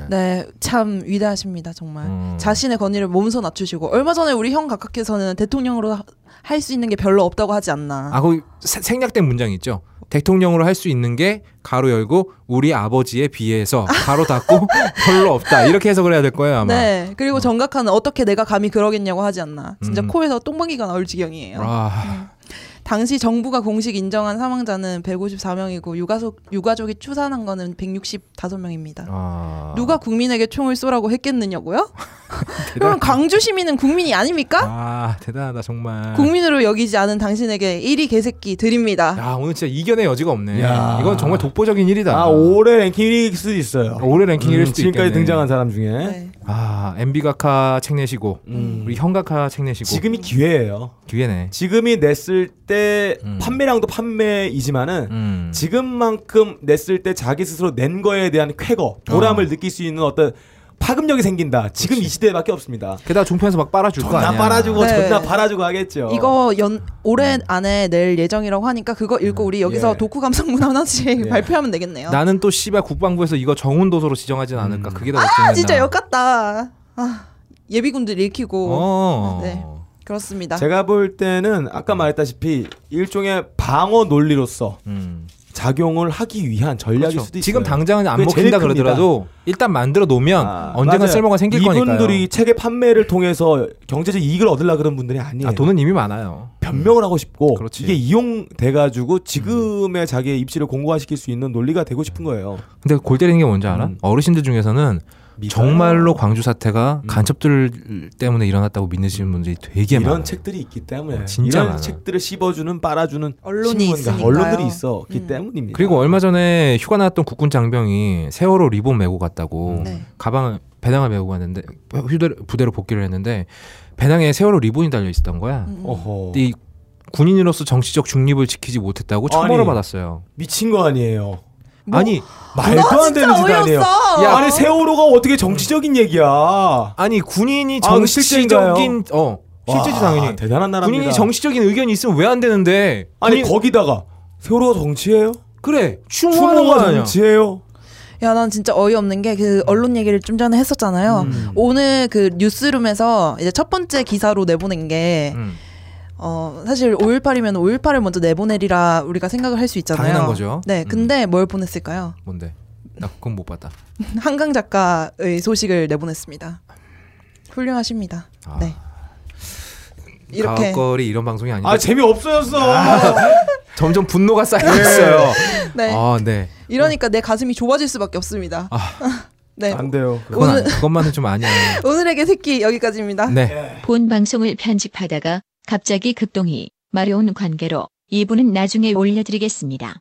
[SPEAKER 3] 네, 참 위대하십니다, 정말.
[SPEAKER 1] 음.
[SPEAKER 3] 자신의 권위를 몸소 낮추시고 얼마 전에 우리 형 각하께서는 대통령으로 할 수 있는 게 별로 없다고 하지 않나.
[SPEAKER 1] 아, 그 세- 생략된 문장 있죠. 대통령으로 할 수 있는 게 가로 열고 우리 아버지에 비해서 가로 닫고 별로 없다 이렇게 해석을 해야 될 거예요 아마.
[SPEAKER 3] 네, 그리고 정각하는 어떻게 내가 감히 그러겠냐고 하지 않나. 진짜
[SPEAKER 1] 음.
[SPEAKER 3] 코에서 똥방귀가 나올 지경이에요. 음.
[SPEAKER 1] 아,
[SPEAKER 3] 당시 정부가 공식 인정한 사망자는 154명이고 유가족 유가족이 추산한 거는 165명입니다.
[SPEAKER 1] 아.
[SPEAKER 3] 누가 국민에게 총을 쏘라고 했겠느냐고요? 그럼 광주 시민은 국민이 아닙니까?
[SPEAKER 1] 아 대단하다 정말.
[SPEAKER 3] 국민으로 여기지 않은 당신에게 1위 개새끼 드립니다.
[SPEAKER 1] 야 오늘 진짜 이견의 여지가 없네.
[SPEAKER 2] 야.
[SPEAKER 1] 이건 정말 독보적인 일이다.
[SPEAKER 2] 아 올해 랭킹 1위일 수도 있어요.
[SPEAKER 1] 아, 올해 랭킹 1일
[SPEAKER 2] 음,
[SPEAKER 1] 수도
[SPEAKER 2] 지금까지
[SPEAKER 1] 있겠네.
[SPEAKER 2] 등장한 사람 중에
[SPEAKER 3] 네.
[SPEAKER 1] 아 MB 각하 책 내시고 우리 형 각하 책 내시고
[SPEAKER 2] 음. 지금이 기회예요.
[SPEAKER 1] 기회네.
[SPEAKER 2] 지금이 냈을 때
[SPEAKER 1] 음.
[SPEAKER 2] 판매량도 판매이지만은
[SPEAKER 1] 음.
[SPEAKER 2] 지금만큼 냈을 때 자기 스스로 낸 거에 대한 쾌거 보람을 느낄 수 있는 어떤 파급력이 생긴다. 지금 이 시대밖에 없습니다.
[SPEAKER 1] 게다가 종편에서 막 빨아줄 거
[SPEAKER 2] 존나
[SPEAKER 1] 아니야.
[SPEAKER 2] 빨아주고
[SPEAKER 3] 네.
[SPEAKER 2] 존나 빨아주고
[SPEAKER 1] 어.
[SPEAKER 2] 하겠죠.
[SPEAKER 3] 이거 연
[SPEAKER 1] 네.
[SPEAKER 3] 올해 안에 낼 예정이라고 하니까 그거 읽고 우리 여기서
[SPEAKER 2] 예.
[SPEAKER 3] 독후 감상문 하나씩
[SPEAKER 2] 예.
[SPEAKER 3] 발표하면 되겠네요.
[SPEAKER 1] 음, 나는 또 씨발 국방부에서 이거 정훈 도서로
[SPEAKER 2] 음.
[SPEAKER 1] 지정하진 않을까. 그게 더 걱정된다.
[SPEAKER 3] 아, 진짜 역같다. 아, 예비군들 읽히고
[SPEAKER 1] 어.
[SPEAKER 3] 네. 그렇습니다.
[SPEAKER 2] 제가 볼 때는 아까 말했다시피 일종의 방어 논리로서
[SPEAKER 1] 음.
[SPEAKER 2] 작용을 하기 위한 전략일
[SPEAKER 1] 그렇죠.
[SPEAKER 2] 수도 있어요.
[SPEAKER 1] 지금 당장은 안
[SPEAKER 2] 그게 제일
[SPEAKER 1] 먹힌다
[SPEAKER 2] 큽니다.
[SPEAKER 1] 그러더라도 일단 만들어 놓으면
[SPEAKER 2] 아,
[SPEAKER 1] 언젠가
[SPEAKER 2] 맞아요.
[SPEAKER 1] 쓸모가 생길
[SPEAKER 2] 이분들이
[SPEAKER 1] 거니까요.
[SPEAKER 2] 책의 판매를 통해서 경제적 이익을 얻으려 그런 분들이 아니에요.
[SPEAKER 1] 아, 돈은 이미 많아요.
[SPEAKER 2] 변명을 하고 싶고
[SPEAKER 1] 그렇지.
[SPEAKER 2] 이게 이용돼가지고 지금의 자기의 입지를 공고화시킬 수 있는 논리가 되고 싶은 거예요.
[SPEAKER 1] 근데 골 때리는 게 뭔지 알아?
[SPEAKER 2] 음.
[SPEAKER 1] 어르신들 중에서는 정말로 광주 사태가 간첩들 때문에 일어났다고 믿으시는 분들이 되게
[SPEAKER 2] 이런
[SPEAKER 1] 많아요. 네,
[SPEAKER 2] 책들이 있기 때문에
[SPEAKER 1] 진짜
[SPEAKER 2] 이런
[SPEAKER 1] 많아요.
[SPEAKER 2] 책들을 씹어주는 빨아주는
[SPEAKER 3] 언론이
[SPEAKER 2] 신문과
[SPEAKER 3] 있으니까요.
[SPEAKER 2] 언론들이 있었기
[SPEAKER 3] 음.
[SPEAKER 2] 때문입니다.
[SPEAKER 1] 그리고 얼마 전에 휴가 나왔던 국군 장병이 세월호 리본 메고
[SPEAKER 2] 음.
[SPEAKER 1] 갔다고
[SPEAKER 3] 네.
[SPEAKER 1] 가방을 배낭을 메고 갔는데 휴대 부대로 복귀를 했는데 배낭에 세월호 리본이 달려 있었던 거야.
[SPEAKER 3] 음.
[SPEAKER 2] 어허.
[SPEAKER 1] 근데 이 군인으로서 정치적 중립을 지키지 못했다고
[SPEAKER 2] 아니.
[SPEAKER 1] 처벌을 받았어요.
[SPEAKER 2] 미친 거 아니에요.
[SPEAKER 3] 뭐?
[SPEAKER 1] 아니
[SPEAKER 2] 말도
[SPEAKER 3] 너
[SPEAKER 2] 안 되는
[SPEAKER 3] 진짜
[SPEAKER 2] 짓 아니에요.
[SPEAKER 3] 어이없어.
[SPEAKER 2] 야, 아니 세월호가 어떻게 정치적인 얘기야?
[SPEAKER 1] 아니 군인이
[SPEAKER 2] 아, 실제인가요?
[SPEAKER 1] 정치적인 어 실제지
[SPEAKER 2] 와, 아,
[SPEAKER 1] 당연히
[SPEAKER 2] 대단한 나라입니다.
[SPEAKER 1] 군인이 정치적인 의견이 있으면 왜 안 되는데
[SPEAKER 2] 아니
[SPEAKER 1] 군인-
[SPEAKER 2] 거기다가 세월호가 정치예요?
[SPEAKER 1] 그래 추모하는 거
[SPEAKER 2] 추모가
[SPEAKER 1] 아니야.
[SPEAKER 2] 정치예요?
[SPEAKER 3] 야, 난 진짜 어이없는 게 그 언론 얘기를 좀 전에 했었잖아요.
[SPEAKER 1] 음.
[SPEAKER 3] 오늘 그 뉴스룸에서 이제 첫 번째 기사로 내보낸 게,
[SPEAKER 1] 음,
[SPEAKER 3] 어, 사실 5.18이면 5.18을 먼저 내보내리라 우리가 생각을 할 수 있잖아요.
[SPEAKER 1] 당연한 거죠. 음.
[SPEAKER 3] 네, 근데 뭘 보냈을까요?
[SPEAKER 1] 뭔데 나 그건 못 봤다.
[SPEAKER 3] 한강 작가의 소식을 내보냈습니다. 훌륭하십니다.
[SPEAKER 1] 아.
[SPEAKER 3] 네. 이렇게
[SPEAKER 1] 가옥거리 이런 방송이 아닌데
[SPEAKER 2] 아 재미 없어졌어.
[SPEAKER 3] 아,
[SPEAKER 1] 점점 분노가 쌓이고
[SPEAKER 2] 예.
[SPEAKER 1] 있어요.
[SPEAKER 3] 네
[SPEAKER 1] 아 네.
[SPEAKER 3] 이러니까 내 가슴이 좁아질 수밖에 없습니다.
[SPEAKER 1] 아.
[SPEAKER 3] 네
[SPEAKER 2] 안 돼요.
[SPEAKER 1] 그건
[SPEAKER 3] 오늘- 아,
[SPEAKER 1] 아- 그것만은 좀 아니야.
[SPEAKER 3] 오늘에게 새끼 여기까지입니다.
[SPEAKER 1] 네.
[SPEAKER 4] 본 방송을 편집하다가 갑자기 급동이 마려운 관계로 이분은 나중에 올려드리겠습니다.